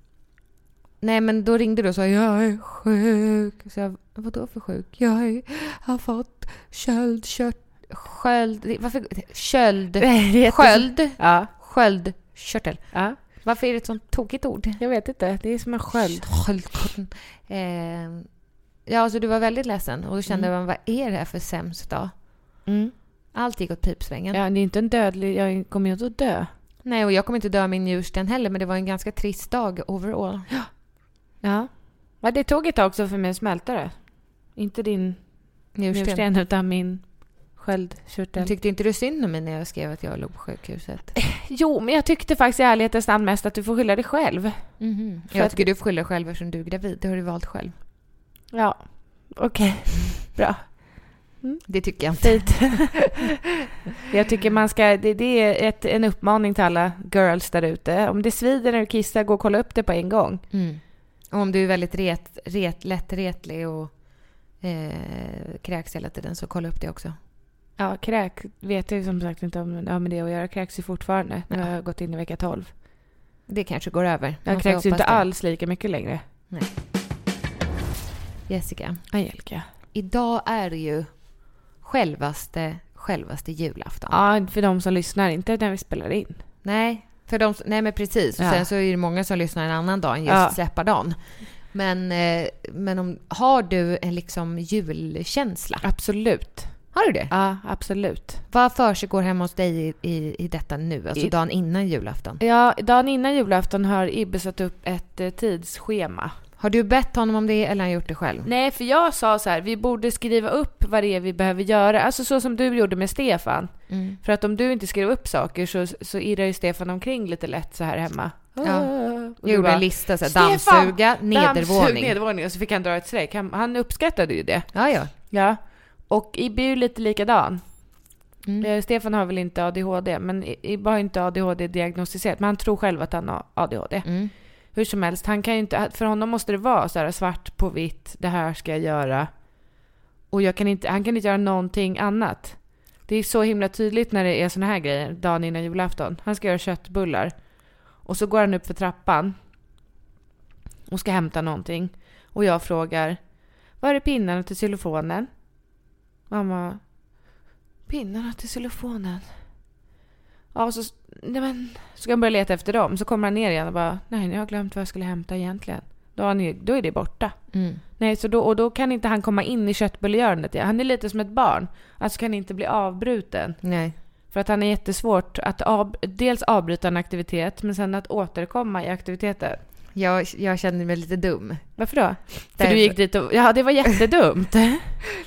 Speaker 1: nej, men då ringde du och sa jag är sjuk. Så jag, vadå för sjuk? Jag är, har fått köldkört... Sköld... Varför? Köld... Sköld...
Speaker 2: Ja.
Speaker 1: Sköldkörtel.
Speaker 2: ja.
Speaker 1: Varför är det ett sånt tokigt ord?
Speaker 2: Jag vet inte, det är som en sköld.
Speaker 1: Sköldkörteln. Ehm, ja, så du var väldigt ledsen. Och då kände man, vad är det här för sämst dag?
Speaker 2: Mm.
Speaker 1: Allt gick åt pipsvängen.
Speaker 2: Ja, det är inte en dödlig... Jag kommer ju inte att dö.
Speaker 1: Nej, och jag kommer inte dö av min njursten heller, men det var en ganska trist dag overall.
Speaker 2: Ja. Men det tog ett tag också för mig att smälta det. Inte din
Speaker 1: Njursten.
Speaker 2: njursten utan min sköldkörtel.
Speaker 1: Men Tyckte inte du synd om mig när jag skrev att jag låg på sjukhuset?
Speaker 2: Eh, Jo, men jag tyckte faktiskt i ärlighetens namn mest att du får skylla dig själv. För
Speaker 1: Mhm. Jag
Speaker 2: att-
Speaker 1: tycker du får skylla dig själv eftersom du är gravid. Det har du valt själv.
Speaker 2: Ja, okej. Bra.
Speaker 1: Det tycker jag inte.
Speaker 2: Fint. jag tycker man ska, det, det är ett, en uppmaning till alla girls där ute. Om det svider när du kissar, gå och kolla upp det på en gång.
Speaker 1: Mm. Och om du är väldigt ret, ret, lättretlig och eh, kräks hela tiden så kolla upp det också.
Speaker 2: Ja, kräk vet jag ju som sagt inte om det har med det att göra. Kräks ju fortfarande. Nu har jag gått in i vecka 12.
Speaker 1: Det kanske går över. Man
Speaker 2: Jag
Speaker 1: får
Speaker 2: kräks ju
Speaker 1: hoppas
Speaker 2: inte
Speaker 1: det.
Speaker 2: alls lika mycket längre.
Speaker 1: Jessica,
Speaker 2: Angelica.
Speaker 1: idag är det ju självaste, självaste julafton.
Speaker 2: Ja, för de som lyssnar, inte när vi spelar in.
Speaker 1: Nej, för de, nej men precis. Och
Speaker 2: Ja.
Speaker 1: Sen så är det många som lyssnar en annan dag än just
Speaker 2: Ja.
Speaker 1: släppardagen. Men, eh, men om, har du en liksom julkänsla?
Speaker 2: Absolut.
Speaker 1: Har du det?
Speaker 2: Ja, absolut.
Speaker 1: Vad försiggår hemma hos dig i, i, i detta nu? Alltså
Speaker 2: I-
Speaker 1: dagen innan julafton.
Speaker 2: Ja, dagen innan julafton har Ibbe satt upp ett eh, tidsschema.
Speaker 1: Har du bett honom om det eller har han gjort det själv?
Speaker 2: Nej, för jag sa så här, vi borde skriva upp vad det är vi behöver göra. Alltså så som du gjorde med Stefan. För att om du inte skrev upp saker så, så irrar ju Stefan omkring lite lätt så här hemma.
Speaker 1: Ja.
Speaker 2: Och
Speaker 1: Jag
Speaker 2: du
Speaker 1: gjorde
Speaker 2: bara,
Speaker 1: en lista, så här,
Speaker 2: "Stefan,
Speaker 1: dammsuga, nedervåning.
Speaker 2: nedervåning. Och så fick han dra ett streck. Han, han uppskattade ju det.
Speaker 1: Ja, ja.
Speaker 2: Ja. Och Ibbe är ju lite likadan.
Speaker 1: Mm.
Speaker 2: Eh, Stefan har väl inte ADHD, men I- Ibbe har ju inte ADHD diagnostiserat. Men han tror själv att han har ADHD.
Speaker 1: Mm.
Speaker 2: Hur som helst, han kan ju inte, för honom måste det vara så här svart på vitt, det här ska jag göra. Och jag kan inte, han kan inte göra någonting annat. Det är så himla tydligt när det är såna här grejer, dagen innan julafton. Han ska göra köttbullar. Och så går han upp för trappan och ska hämta någonting. Och jag frågar, var är pinnarna till xylofonen? Mamma, pinnarna till xylofonen? Ja, och så, nej men, så ska han börja leta efter dem. Så kommer han ner igen och bara, nej nu har jag glömt vad jag skulle hämta egentligen. Då, har han ju, då är det borta.
Speaker 1: Mm.
Speaker 2: Nej, så då, och då kan inte han komma in i köttbullgörandet. igen. Han är lite som ett barn. Alltså kan inte bli avbruten.
Speaker 1: Nej.
Speaker 2: För att han är jättesvårt att av, dels avbryta en aktivitet, men sen att återkomma i aktiviteten.
Speaker 1: Jag, jag kände mig lite dum.
Speaker 2: Varför då? För
Speaker 1: Därför-
Speaker 2: du gick dit och, ja det var jättedumt.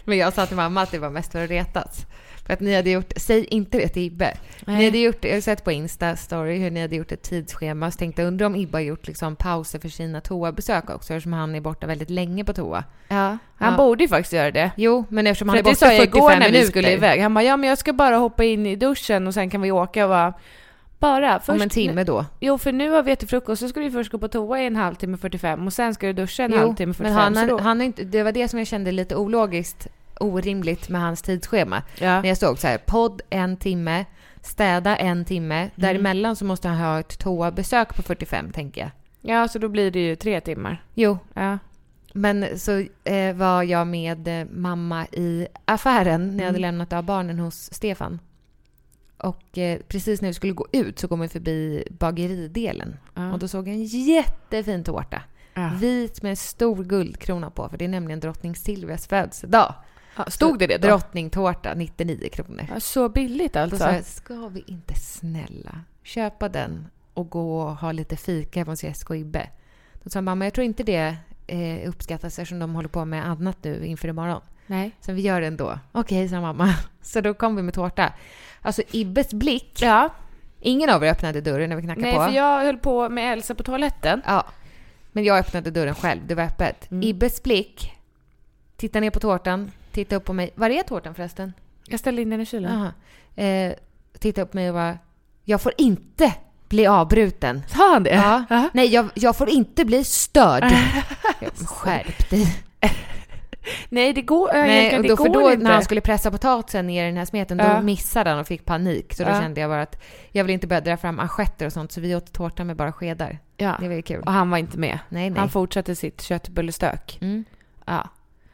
Speaker 1: Men jag sa till mamma att det var mest för att retas. För att ni hade gjort, säg inte det till Ibbe. Ni hade gjort, jag har sett på Insta story hur ni hade gjort ett tidsschema och så tänkte jag undrar om Ibbe har gjort liksom pauser för sina toabesök också eftersom han är borta väldigt länge på toa.
Speaker 2: Ja. Han borde ju faktiskt göra det.
Speaker 1: Jo, men eftersom
Speaker 2: För
Speaker 1: han är
Speaker 2: att det
Speaker 1: borta
Speaker 2: sa
Speaker 1: 45
Speaker 2: jag igår när
Speaker 1: minuter.
Speaker 2: vi skulle iväg. Han bara, ja men jag ska bara hoppa in i duschen och sen kan vi åka och bara, bara. Först,
Speaker 1: Om en timme då.
Speaker 2: Jo, för nu har vi ätit frukost, så ska du först gå på toa i en halvtimme 45 och sen ska du duscha en
Speaker 1: Jo,
Speaker 2: halvtimme 45.
Speaker 1: men han,
Speaker 2: så
Speaker 1: han,
Speaker 2: då-
Speaker 1: han är inte, det var det som jag kände lite ologiskt, orimligt med hans tidsschema.
Speaker 2: Ja.
Speaker 1: När jag såg så här, podd en timme, städa en timme,
Speaker 2: Mm.
Speaker 1: däremellan så måste han ha ett toabesök på 45 tänker jag.
Speaker 2: ja, så då blir det ju tre timmar.
Speaker 1: Jo,
Speaker 2: Ja.
Speaker 1: Men så eh, var jag med eh, mamma i affären när
Speaker 2: Mm.
Speaker 1: jag hade lämnat av barnen hos Stefan. Och eh, precis när vi skulle gå ut så kom vi förbi bageridelen. Och då såg jag en jättefin tårta. Vit med stor guldkrona på, för det är nämligen drottning Silvias födelsedag.
Speaker 2: Stod det det då?
Speaker 1: Drottningtårta, 99 kronor.
Speaker 2: Ja, så billigt
Speaker 1: Då
Speaker 2: alltså.
Speaker 1: sa jag, ska vi inte snälla köpa den och gå och ha lite fika hemma hos Jessica och Ibbe? Då sa mamma, jag tror inte det eh, uppskattas eftersom de håller på med annat nu inför imorgon.
Speaker 2: Nej.
Speaker 1: Så vi gör det ändå. Okej, sa mamma. Så då kom vi med tårta. Alltså Ibbes blick.
Speaker 2: Ja.
Speaker 1: Ingen av er öppnade dörren när vi knackade
Speaker 2: Nej,
Speaker 1: på.
Speaker 2: för jag höll på med Elsa på toaletten.
Speaker 1: Ja. Men jag öppnade dörren själv, det var öppet.
Speaker 2: Mm.
Speaker 1: Ibbes blick. Titta ner på tårtan, titta upp på mig. Var är tårtan förresten?
Speaker 2: Jag ställde in den i kylen.
Speaker 1: Jaha. Eh, tittade upp på mig och bara, jag får inte bli avbruten.
Speaker 2: Sa han det?
Speaker 1: Ja. Nej, jag, jag får inte bli störd. Jag bara, Skärp dig.
Speaker 2: Nej, det går,
Speaker 1: Nej,
Speaker 2: Nej,
Speaker 1: och
Speaker 2: det
Speaker 1: då,
Speaker 2: går
Speaker 1: för då
Speaker 2: inte.
Speaker 1: när han skulle pressa potatisen ner i den här smeten, då
Speaker 2: Ja.
Speaker 1: missade han och fick panik. Så då
Speaker 2: Ja.
Speaker 1: kände jag bara att jag vill inte börja dra fram assietter och sånt, så vi åt tårta med bara skedar.
Speaker 2: ja.
Speaker 1: Det var ju kul.
Speaker 2: Och han var inte med.
Speaker 1: Nej, nej.
Speaker 2: Han fortsatte sitt köttbullestök.
Speaker 1: Mm.
Speaker 2: Ja.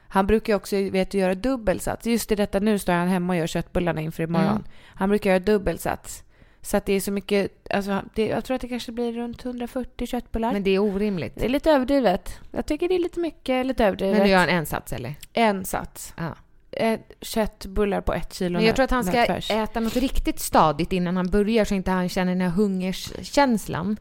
Speaker 2: Han brukar ju också vet, du, göra dubbelsats. Just i detta nu står han hemma och gör köttbullarna inför imorgon.
Speaker 1: Mm.
Speaker 2: Han brukar göra dubbelsats. Så att det är så mycket, alltså, det, jag tror att det kanske blir runt 140 köttbullar.
Speaker 1: Men det är orimligt.
Speaker 2: det är lite överdrivet. Jag tycker det är lite mycket, lite överdrivet.
Speaker 1: Men du gör en ensats eller?
Speaker 2: En sats.
Speaker 1: Ja.
Speaker 2: Ett köttbullar på ett kilo
Speaker 1: Men jag tror att han ska
Speaker 2: nötfärs.
Speaker 1: äta något riktigt stadigt innan han börjar så inte han känner den här hungerskänslan.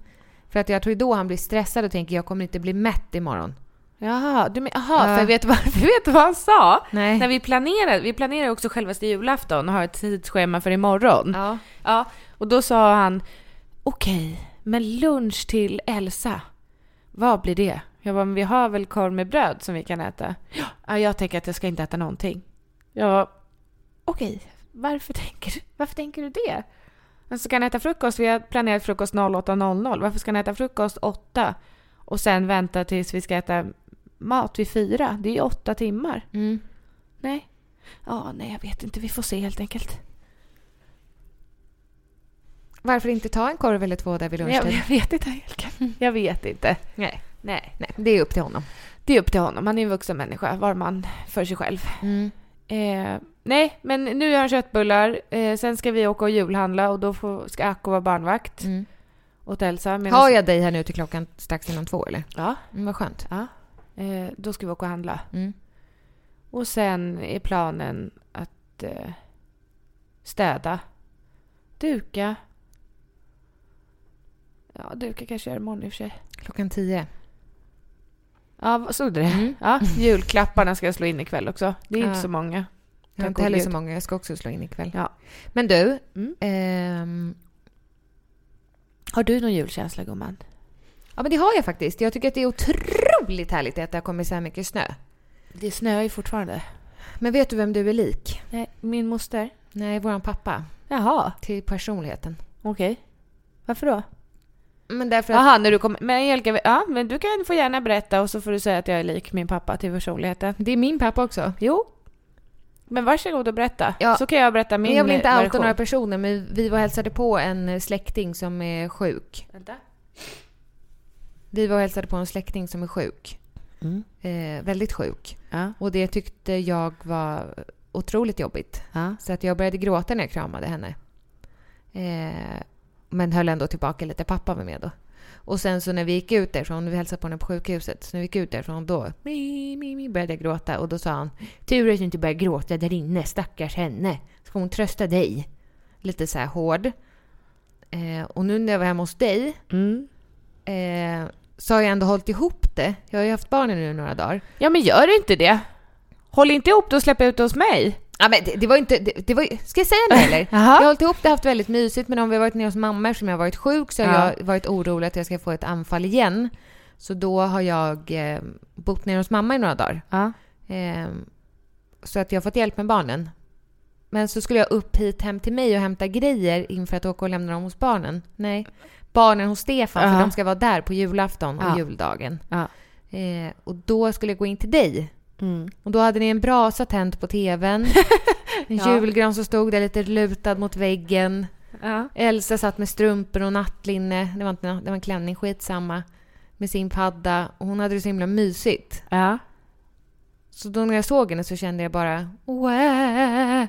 Speaker 1: För att jag tror då han blir stressad och tänker jag kommer inte bli mätt imorgon.
Speaker 2: Jaha, du men, aha,
Speaker 1: Ja.
Speaker 2: för vet du vad, vet du vad han sa?
Speaker 1: Nej.
Speaker 2: När vi planerar, vi planerar också självaste julafton och har ett tidsschema för imorgon.
Speaker 1: Ja.
Speaker 2: Ja, och då sa han okej, men lunch till Elsa, vad blir det? Jag bara, men vi har väl korv med bröd som vi kan äta? Ja, jag tänker att jag ska inte äta någonting. Jag bara, okej, varför, tänker, du- varför tänker du det? Men så kan han äta frukost, vi har planerat frukost 08.00. Varför ska han äta frukost 8 och sen vänta tills vi ska äta mat vid 4? Det är ju 8 timmar.
Speaker 1: Mm.
Speaker 2: Nej. Ja, nej jag vet inte. Vi får se helt enkelt.
Speaker 1: Varför inte ta en korv eller två där vid
Speaker 2: Jag,
Speaker 1: lunchtid?
Speaker 2: jag vet inte Angelica. Jag vet inte.
Speaker 1: Nej.
Speaker 2: Nej.
Speaker 1: Nej, det är upp till honom.
Speaker 2: Det är upp till honom. Han är en vuxen människa, var man för sig själv.
Speaker 1: Mm.
Speaker 2: Eh, nej, men nu gör han köttbullar. Eh, sen ska vi åka och julhandla och då får, ska Acko vara barnvakt
Speaker 1: Mm.
Speaker 2: åt Elsa. medan-
Speaker 1: Har jag dig här nu till klockan strax innan två eller?
Speaker 2: alltså- Ja.
Speaker 1: Mm, vad skönt.
Speaker 2: Eh, då ska vi åka och handla.
Speaker 1: Mm.
Speaker 2: Och sen är planen att eh, städa, duka. Ja, duka kanske jag gör imorgon i och för sig.
Speaker 1: Klockan tio.
Speaker 2: Ja, vad såg du det?
Speaker 1: Mm.
Speaker 2: Ja, julklapparna ska jag slå in ikväll också. Det är
Speaker 1: Ja.
Speaker 2: inte så många.
Speaker 1: Jag
Speaker 2: Tack
Speaker 1: har inte
Speaker 2: gode
Speaker 1: heller
Speaker 2: Gud.
Speaker 1: så många. Jag ska också slå in ikväll.
Speaker 2: Ja.
Speaker 1: Men du.
Speaker 2: Mm.
Speaker 1: ehm,
Speaker 2: Har du någon julkänsla gumman?
Speaker 1: ja, men det har jag faktiskt. Jag tycker att det är otroligt härligt att det har kommit så här mycket snö.
Speaker 2: Det snöar ju fortfarande.
Speaker 1: Men vet du vem du är lik?
Speaker 2: Nej, min moster.
Speaker 1: Nej, våran pappa.
Speaker 2: Jaha,
Speaker 1: Till personligheten.
Speaker 2: okej. Varför då?
Speaker 1: Men därför att...
Speaker 2: Jaha, när du kommer... Men Angelica, ja, men du kan få gärna berätta och så får du säga att jag är lik min pappa till personligheten.
Speaker 1: Det är min pappa också.
Speaker 2: Jo. Men varsågod och berätta.
Speaker 1: Ja.
Speaker 2: Så kan jag berätta min
Speaker 1: Men jag vill inte outa
Speaker 2: version.
Speaker 1: några personer, men vi var och hälsade på en eh, släkting som är sjuk.
Speaker 2: Vänta.
Speaker 1: Vi var och hälsade på en släkting som är sjuk.
Speaker 2: Mm.
Speaker 1: Eh, väldigt sjuk.
Speaker 2: Ja.
Speaker 1: Och det tyckte jag var otroligt jobbigt.
Speaker 2: Ja.
Speaker 1: Så att jag började gråta när jag kramade henne. Eh, men höll ändå tillbaka lite. Pappa var med då. Och sen så när vi gick ut därifrån, vi hälsade på henne på sjukhuset, så när vi gick ut därifrån då mi, mi, mi, började jag gråta. Och då sa han “Tur att du inte började gråta där inne, stackars henne. Ska hon trösta dig?” Lite så här hård. Eh, och nu när jag var hemma hos dig
Speaker 2: Mm.
Speaker 1: eh, så har jag ändå hållit ihop det. Jag har ju haft barnen nu några dagar.
Speaker 2: ja, men gör inte det. Håll inte ihop det och släpp ut det hos mig.
Speaker 1: Ja, men det, det var ju inte... Det, det var, ju- ska jag säga nu eller?
Speaker 2: Jaha.
Speaker 1: Jag har hållit ihop det haft väldigt mysigt men om vi har varit nere hos mamma eftersom jag har varit sjuk så har
Speaker 2: Ja.
Speaker 1: jag varit orolig att jag ska få ett anfall igen. Så då har jag eh, bott nere hos mamma i några dagar.
Speaker 2: Ja.
Speaker 1: Eh, så att jag har fått hjälp med barnen. Men så skulle jag upp hit hem till mig och hämta grejer inför att åka och lämna dem hos barnen. Nej, barnen hos Stefan för
Speaker 2: Ja.
Speaker 1: de ska vara där på julafton och
Speaker 2: Ja.
Speaker 1: juldagen.
Speaker 2: Ja.
Speaker 1: Eh, och då skulle jag gå in till dig
Speaker 2: Mm.
Speaker 1: och då hade ni en brasa tänd på tvn. En
Speaker 2: Ja.
Speaker 1: julgran som stod där lite lutad mot väggen.
Speaker 2: Ja.
Speaker 1: Elsa satt med strumpor och nattlinne. Det var, inte, det var en klänning, skitsamma. Med sin padda. Och hon hade det så himla mysigt.
Speaker 2: ja.
Speaker 1: Så då när jag såg henne så kände jag bara... "Wä."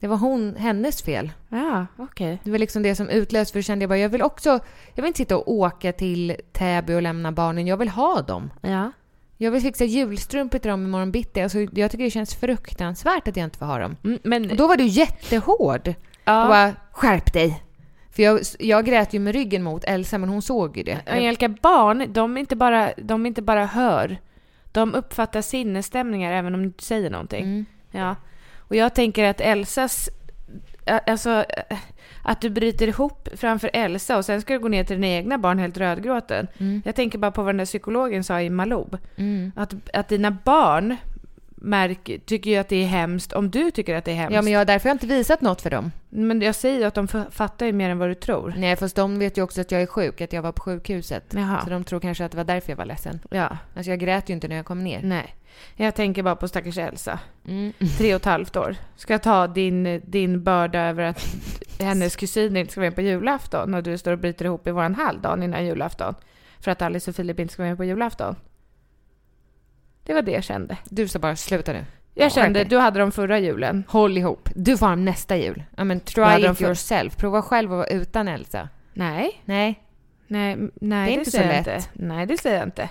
Speaker 1: Det var hon, hennes fel.
Speaker 2: Ja, okej.
Speaker 1: Det var liksom det som utlöste för då kände jag bara jag vill också... Jag vill inte sitta och åka till Täby och lämna barnen. Jag vill ha dem.
Speaker 2: Ja.
Speaker 1: Jag vill fixa julstrumpor till dem imorgon bitti. Alltså, jag tycker det känns fruktansvärt att jag inte får ha dem.
Speaker 2: Mm, men...
Speaker 1: Och då var du jättehård. Och
Speaker 2: ja.
Speaker 1: bara, skärp dig. För jag, jag grät ju med ryggen mot Elsa, men hon såg ju det.
Speaker 2: Angelica, barn, de inte, bara, de inte bara hör. De uppfattar sinnesstämningar även om du inte säger någonting.
Speaker 1: Mm.
Speaker 2: Ja. Och jag tänker att Elsas... ä- Alltså, ä- att du bryter ihop framför Elsa och sen ska du gå ner till dina egna barn helt rödgråten.
Speaker 1: Mm.
Speaker 2: Jag tänker bara på vad den där psykologen sa i Malou.
Speaker 1: Mm.
Speaker 2: Att, att dina barn märker, tycker ju att det är hemskt om du tycker att det är hemskt.
Speaker 1: Ja, men jag, därför har jag inte visat något för dem.
Speaker 2: Men jag säger ju att de f- fattar ju mer än vad du tror.
Speaker 1: Nej, fast de vet ju också att jag är sjuk, att jag var på sjukhuset. Så
Speaker 2: Jaha.
Speaker 1: de tror kanske att det var därför jag var ledsen.
Speaker 2: Ja.
Speaker 1: Alltså jag grät ju inte när jag kom ner.
Speaker 2: Nej. Jag tänker bara på stackars Elsa.
Speaker 1: Mm.
Speaker 2: Tre och ett halvt år. Ska jag ta din, din börda över att hennes kusin inte ska vara med på julafton och du står och bryter ihop i våran hall dagen innan julafton. För att Alice och Filip inte ska vara med på julafton. Det var det jag kände.
Speaker 1: Du sa bara, sluta nu.
Speaker 2: Jag kände,
Speaker 1: skärp
Speaker 2: du hade dem förra julen.
Speaker 1: Håll ihop. Du får ha dem nästa jul. Ja, men
Speaker 2: hade
Speaker 1: try
Speaker 2: de
Speaker 1: it
Speaker 2: för-
Speaker 1: yourself. Prova själv att vara utan Elsa.
Speaker 2: Nej,
Speaker 1: Nej.
Speaker 2: nej, m- nej
Speaker 1: Det
Speaker 2: det,
Speaker 1: är inte så
Speaker 2: säger jag
Speaker 1: lätt.
Speaker 2: inte. Nej, det säger jag inte.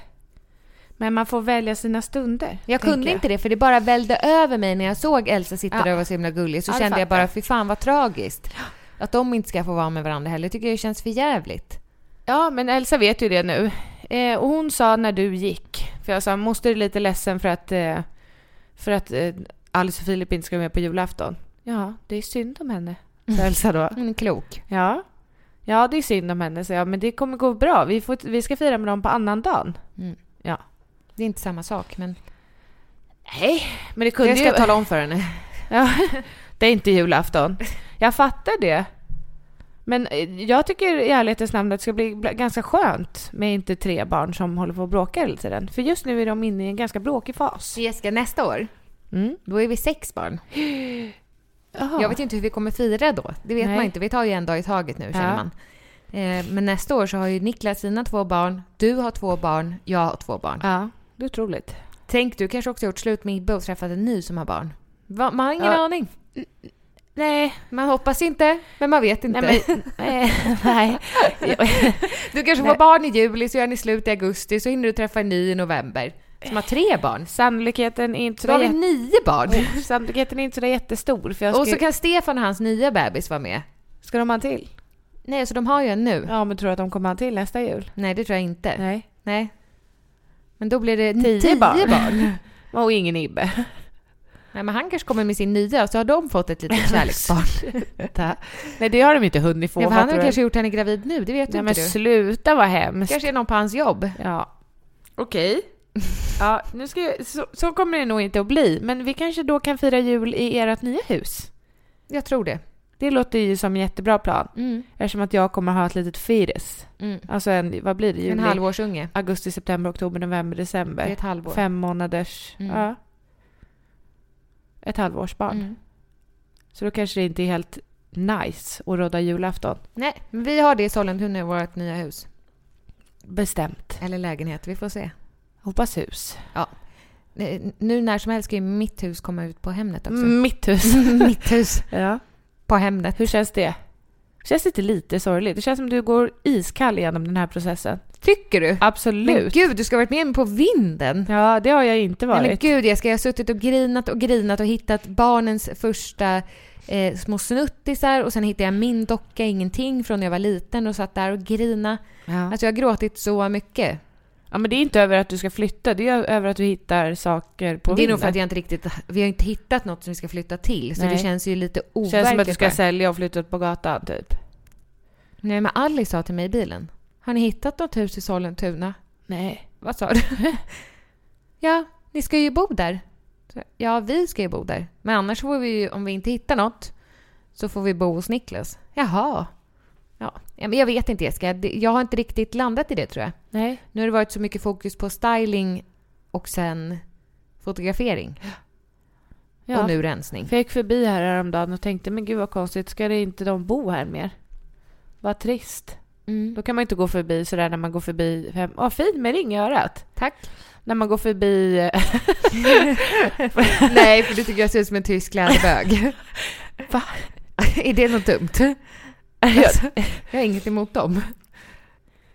Speaker 2: Men man får välja sina stunder.
Speaker 1: Jag
Speaker 2: tänker
Speaker 1: kunde inte det, för det bara välde över mig när jag såg Elsa sitta
Speaker 2: Ja.
Speaker 1: där och vara så himla gullig. Så
Speaker 2: Ja, det
Speaker 1: kände jag
Speaker 2: fattar
Speaker 1: bara,
Speaker 2: jag.
Speaker 1: fy fan vad tragiskt. Att de inte ska få vara med varandra heller, tycker jag det känns för jävligt.
Speaker 2: Ja, men Elsa vet ju det nu. Eh, och hon sa när du gick, för jag sa moster är lite ledsen för att, eh, för att eh, Alice och Filip inte ska vara med på julafton. Ja, det är synd om henne, sa
Speaker 1: Mm.
Speaker 2: Elsa då.
Speaker 1: Hon är klok.
Speaker 2: Ja. ja, det är synd om henne, sa jag, men det kommer gå bra. Vi, får, vi ska fira med dem på annan dagen.
Speaker 1: Det är inte samma sak, men
Speaker 2: Nej, men det kunde
Speaker 1: jag ska
Speaker 2: ju...
Speaker 1: tala om för henne.
Speaker 2: Ja, Det är inte julafton. Jag fattar det. Men eh, jag tycker i ärlighetens namn att det ska bli bla- ganska skönt med inte tre barn som håller på och bråkar hela tiden. För just nu är de inne i en ganska bråkig fas. Mm.
Speaker 1: Jessica, nästa år, då är vi sex barn.
Speaker 2: Jaha.
Speaker 1: Jag vet ju inte hur vi kommer fira då. Det vet
Speaker 2: Nej.
Speaker 1: man inte. Vi tar ju en dag i taget nu, känner
Speaker 2: Ja.
Speaker 1: man. Eh, Men nästa år så har ju Niklas sina två barn, du har två barn, jag har två barn.
Speaker 2: Ja, det är otroligt.
Speaker 1: Tänk, du kanske också gjort slut med Ibbe och träffat en ny som har barn. Va? Man har ingen
Speaker 2: Ja.
Speaker 1: aning.
Speaker 2: Nej,
Speaker 1: Man hoppas inte, men man vet inte.
Speaker 2: nej men... nej, nej.
Speaker 1: Du kanske
Speaker 2: Nej.
Speaker 1: får barn i juli, så gör ni slut i augusti, så hinner du träffa en ny i november. Som har tre barn.
Speaker 2: Sannolikheten är inte
Speaker 1: Så
Speaker 2: så
Speaker 1: då har vi
Speaker 2: jätte...
Speaker 1: nio barn.
Speaker 2: Oh, Sannolikheten är inte så där jättestor. För jag
Speaker 1: Och
Speaker 2: ska,
Speaker 1: så kan Stefan och hans nya bebis vara med.
Speaker 2: ska de ha en till?
Speaker 1: Nej, så de har ju en nu.
Speaker 2: Ja, men tror du att de kommer ha en till nästa jul?
Speaker 1: Nej, det tror jag inte. Nej.
Speaker 2: Nej.
Speaker 1: Men då blir det
Speaker 2: Tio
Speaker 1: tio,
Speaker 2: barn.
Speaker 1: barn.
Speaker 2: Och ingen Ibbe.
Speaker 1: Nej, men han kanske kommer med sin nya och så har de fått ett litet kärleksbarn.
Speaker 2: Nej, det har de inte hunnit få.
Speaker 1: Nej, för han
Speaker 2: fattar
Speaker 1: har
Speaker 2: du?
Speaker 1: kanske gjort henne gravid nu, det vet
Speaker 2: Nej,
Speaker 1: inte
Speaker 2: men
Speaker 1: du.
Speaker 2: sluta vad hemskt.
Speaker 1: kanske är någon på hans jobb.
Speaker 2: Ja. Okej. Ja, nu ska jag, så, så kommer det nog inte att bli. Men vi kanske då kan fira jul i ert nya hus.
Speaker 1: Jag tror det.
Speaker 2: Det låter ju som en jättebra plan. Eftersom att jag kommer ha ett litet firis.
Speaker 1: Mm.
Speaker 2: Alltså en, vad blir det?
Speaker 1: En
Speaker 2: Juli,
Speaker 1: halvårsunge.
Speaker 2: Augusti, september, oktober, november,
Speaker 1: Det
Speaker 2: december.
Speaker 1: är ett halvår.
Speaker 2: Fem månaders.
Speaker 1: Mm.
Speaker 2: Ja. Ett halvårsbarn.
Speaker 1: Mm.
Speaker 2: Så då kanske det inte är helt nice att råda julafton.
Speaker 1: Nej, men vi har det i Sollentuna i vårt nya hus.
Speaker 2: Bestämt.
Speaker 1: Eller lägenhet, vi får se.
Speaker 2: Hoppas hus.
Speaker 1: Eh, Nu när som helst ska ju mitt hus komma ut på Hemnet också.
Speaker 2: Mm, Mitt hus.
Speaker 1: mitt hus
Speaker 2: ja.
Speaker 1: på Hemnet.
Speaker 2: Hur känns det? Känns det inte lite sorgligt? Det känns som du går iskall igenom den här processen.
Speaker 1: Tycker du? Men
Speaker 2: Absolut.
Speaker 1: gud, du ska ha varit med mig på vinden.
Speaker 2: Ja, det har jag inte varit.
Speaker 1: Eller gud, jag ska jag har suttit och grinat och grinat och hittat barnens första eh, små snuttisar och sen hittade jag min docka Ingenting från när jag var liten och satt där och grina.
Speaker 2: Ja.
Speaker 1: Alltså jag har gråtit så mycket.
Speaker 2: ja, men det är inte över att du ska flytta. Det är över att du hittar saker på
Speaker 1: det är nog
Speaker 2: vinden.
Speaker 1: för att jag inte riktigt, vi har inte hittat något som vi ska flytta till så
Speaker 2: Nej.
Speaker 1: det känns ju lite
Speaker 2: Det
Speaker 1: overkligt.
Speaker 2: känns som att du ska
Speaker 1: bara.
Speaker 2: sälja och flytta ut på gatan, typ.
Speaker 1: Nej men Alice sa till mig i bilen, har ni hittat något hus i Sollentuna?
Speaker 2: Nej.
Speaker 1: Vad sa du? ja, ni ska ju bo där. Så, Ja, vi ska ju bo där. Men annars får vi ju, om vi inte hittar något, så får vi bo hos Niklas. Jaha. Ja, ja, men jag vet inte Jessica. Det- Jag har inte riktigt landat i det tror jag.
Speaker 2: Nej.
Speaker 1: Nu har det varit så mycket fokus på styling och sen fotografering.
Speaker 2: Ja.
Speaker 1: Och nu rensning.
Speaker 2: För jag gick förbi här häromdagen och tänkte, men gud vad konstigt, ska det inte de bo här mer? Vad trist.
Speaker 1: Mm.
Speaker 2: Då kan man inte gå förbi sådär när man går förbi hem. Åh, fin med ring i örat.
Speaker 1: Tack.
Speaker 2: När man går förbi
Speaker 1: Nej, för du tycker jag ser ut som en tysk läderbög.
Speaker 2: Va?
Speaker 1: Är det något dumt? Alltså, jag har inget emot dem.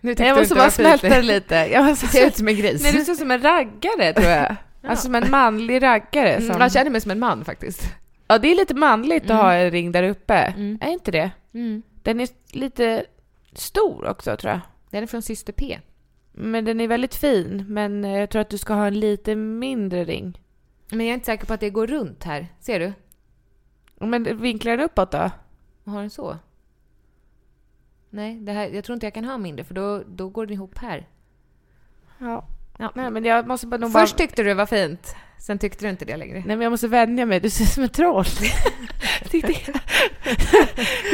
Speaker 1: Nu tyckte
Speaker 2: Jag
Speaker 1: du
Speaker 2: måste
Speaker 1: inte
Speaker 2: bara
Speaker 1: det var
Speaker 2: smälta det
Speaker 1: fint.
Speaker 2: lite. Jag måste
Speaker 1: Ser ut som en gris.
Speaker 2: Nej, du ser ut som en raggare tror jag. Alltså som en manlig raggare.
Speaker 1: Mm,
Speaker 2: Som...
Speaker 1: Jag känner mig som en man faktiskt.
Speaker 2: Ja, det är lite manligt att ha en ring där uppe.
Speaker 1: Mm.
Speaker 2: Är inte det? Den är lite stor också tror jag.
Speaker 1: Den är från Syster P.
Speaker 2: Men den är väldigt fin. Men eh, jag tror att du ska ha en lite mindre ring.
Speaker 1: Men jag är inte säker på att det går runt här. Ser du?
Speaker 2: Men vinklar den uppåt då?
Speaker 1: Jag har den så. Nej, det här, jag tror inte jag kan ha mindre för då, då går den ihop här.
Speaker 2: Ja.
Speaker 1: Ja.
Speaker 2: Nej, men jag måste bara... nog
Speaker 1: Först
Speaker 2: bara...
Speaker 1: tyckte du det var fint, sen tyckte du inte det längre.
Speaker 2: Nej, men jag måste vänja mig. Du ser ut som ett troll. Det är det.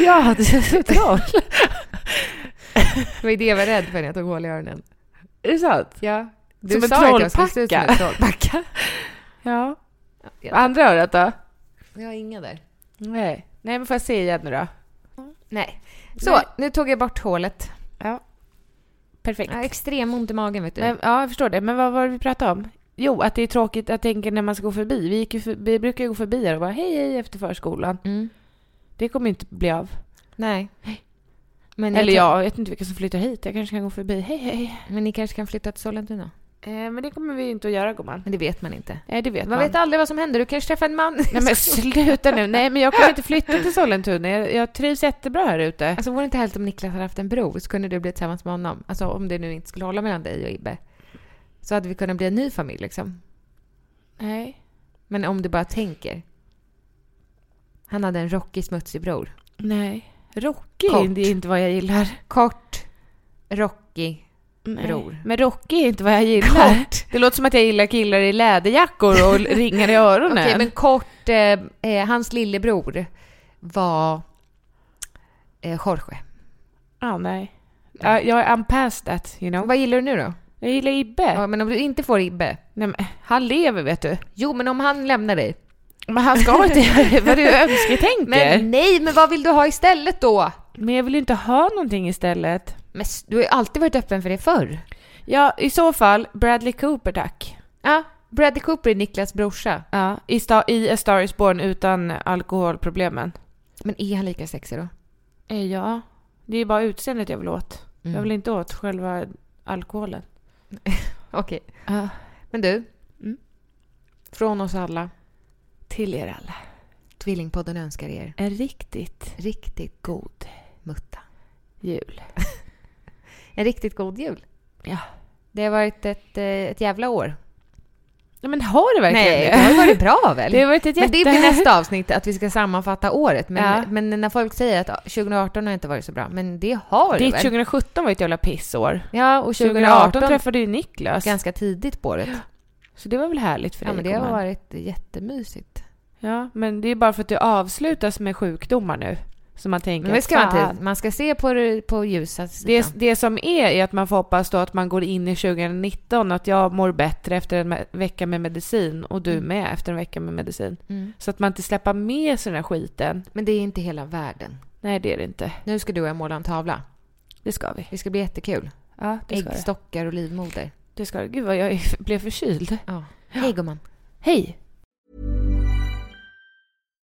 Speaker 2: ja, du ser ut som ett troll.
Speaker 1: Det var ju det jag var rädd för när jag tog hål i öronen.
Speaker 2: Är det sant?
Speaker 1: Ja. Du
Speaker 2: Som en
Speaker 1: sa att jag skulle se ut som en
Speaker 2: trollpacka.
Speaker 1: trollpacka.
Speaker 2: Ja.
Speaker 1: Ja.
Speaker 2: Andra örat då?
Speaker 1: Jag har inga där.
Speaker 2: Nej. Nej, men får jag se igen nu då?
Speaker 1: Nej. Så,
Speaker 2: Nej.
Speaker 1: nu tog jag bort hålet.
Speaker 2: Perfekt.
Speaker 1: Jag har extrem ont i magen vet du.
Speaker 2: Men, ja, jag förstår det. Men vad var det vi pratade om? Jo, att det är tråkigt att tänka när man ska gå förbi. Vi, gick ju för, vi brukar ju gå förbi här och bara hej, hej efter förskolan.
Speaker 1: Mm.
Speaker 2: Det kommer ju inte bli av.
Speaker 1: Nej. Men
Speaker 2: Eller
Speaker 1: jag.
Speaker 2: jag vet inte vilka som flyttar hit. Jag kanske kan gå förbi. Hej, hej.
Speaker 1: Men ni kanske kan flytta till Sollentuna?
Speaker 2: Eh, men det kommer vi ju inte att göra, gumman.
Speaker 1: Men det vet man inte.
Speaker 2: Nej, det vet man.
Speaker 1: Man vet aldrig vad som händer. Du kanske träffar en man.
Speaker 2: Nej, men sluta nu. Nej, men jag kommer inte flytta till Sollentuna. Jag, jag trivs jättebra här ute.
Speaker 1: Alltså vore det inte härligt om Niklas hade haft en bror så kunde du bli tillsammans med honom. Alltså om det nu inte skulle hålla mellan dig och Ibbe. Så hade vi kunnat bli en ny familj liksom.
Speaker 2: Nej.
Speaker 1: Men om du bara tänker. Han hade en rockig smutsig bror.
Speaker 2: Nej. Rockig.
Speaker 1: Kort.
Speaker 2: Det är inte vad jag gillar.
Speaker 1: Kort, rockig, bror.
Speaker 2: Men Rocky är inte vad jag gillar.
Speaker 1: Kort.
Speaker 2: Det låter som att jag gillar killar i läderjackor och ringar i öronen.
Speaker 1: Okej, men kort. Eh, eh, hans lillebror var eh, Jorge.
Speaker 2: Ja, nej. Ja, jag är I'm past that, you know.
Speaker 1: Vad gillar du nu då?
Speaker 2: Jag gillar Ibbe.
Speaker 1: Ja, men om du inte får Ibbe.
Speaker 2: Nej, men, han lever, vet du.
Speaker 1: Jo, men om han lämnar dig.
Speaker 2: Men han ska inte göra det. Vad du önsketänker.
Speaker 1: Men
Speaker 2: Men,
Speaker 1: nej, men vad vill du ha istället då?
Speaker 2: men jag vill ju inte ha någonting istället.
Speaker 1: Men s- du har ju alltid varit öppen för det förr.
Speaker 2: Ja, i så fall Bradley Cooper, tack.
Speaker 1: Ja, Bradley Cooper är Niklas brorsa.
Speaker 2: Ja, i, sta, I A Star Is Born utan alkoholproblemen.
Speaker 1: Men är han lika sexig då?
Speaker 2: Eh, Ja, det är ju bara utseendet jag vill åt.
Speaker 1: Mm.
Speaker 2: Jag vill inte åt själva alkoholen.
Speaker 1: Okej. Men du. Från oss alla.
Speaker 2: Till er alla.
Speaker 1: Tvillingpodden önskar er
Speaker 2: En riktigt
Speaker 1: riktigt god mutta.
Speaker 2: jul.
Speaker 1: En riktigt god jul.
Speaker 2: Ja.
Speaker 1: Det har varit ett, eh, ett jävla år.
Speaker 2: Nej, men har det verkligen
Speaker 1: Nej, det har ju varit bra väl?
Speaker 2: Det har varit ett
Speaker 1: Men det
Speaker 2: jätte-
Speaker 1: blir nästa avsnitt, att vi ska sammanfatta året. Men,
Speaker 2: Ja.
Speaker 1: men när folk säger att 2018 har inte varit så bra, men det har det
Speaker 2: Ditt
Speaker 1: väl?
Speaker 2: 2017 var ett jävla pissår.
Speaker 1: Ja, och
Speaker 2: 2018,
Speaker 1: 2018
Speaker 2: träffade ju Niklas.
Speaker 1: ganska tidigt på året.
Speaker 2: Så det var väl härligt för
Speaker 1: Ja,
Speaker 2: dig?
Speaker 1: men det har
Speaker 2: gumman?
Speaker 1: varit jättemysigt.
Speaker 2: Ja, men det är bara för att du avslutas med sjukdomar nu. Så man tänker
Speaker 1: Men det ska
Speaker 2: att,
Speaker 1: man
Speaker 2: fan,
Speaker 1: inte. Man ska se på, det- på ljusa
Speaker 2: det,
Speaker 1: sidan.
Speaker 2: det som är är att man får hoppas då att man går in i 2019 och att jag mår bättre efter en me- vecka med medicin och du med efter en vecka med medicin.
Speaker 1: Mm.
Speaker 2: Så att man inte släpper med sig den här skiten.
Speaker 1: Men det är inte hela världen.
Speaker 2: Nej, det är det inte.
Speaker 1: Nu ska du och jag måla en tavla.
Speaker 2: Det ska vi.
Speaker 1: Det ska bli jättekul.
Speaker 2: Ja, det ska det.
Speaker 1: Äggstockar och livmoder.
Speaker 2: det ska det. Gud vad jag blev förkyld.
Speaker 1: Ja. Hej gumman.
Speaker 2: Hej!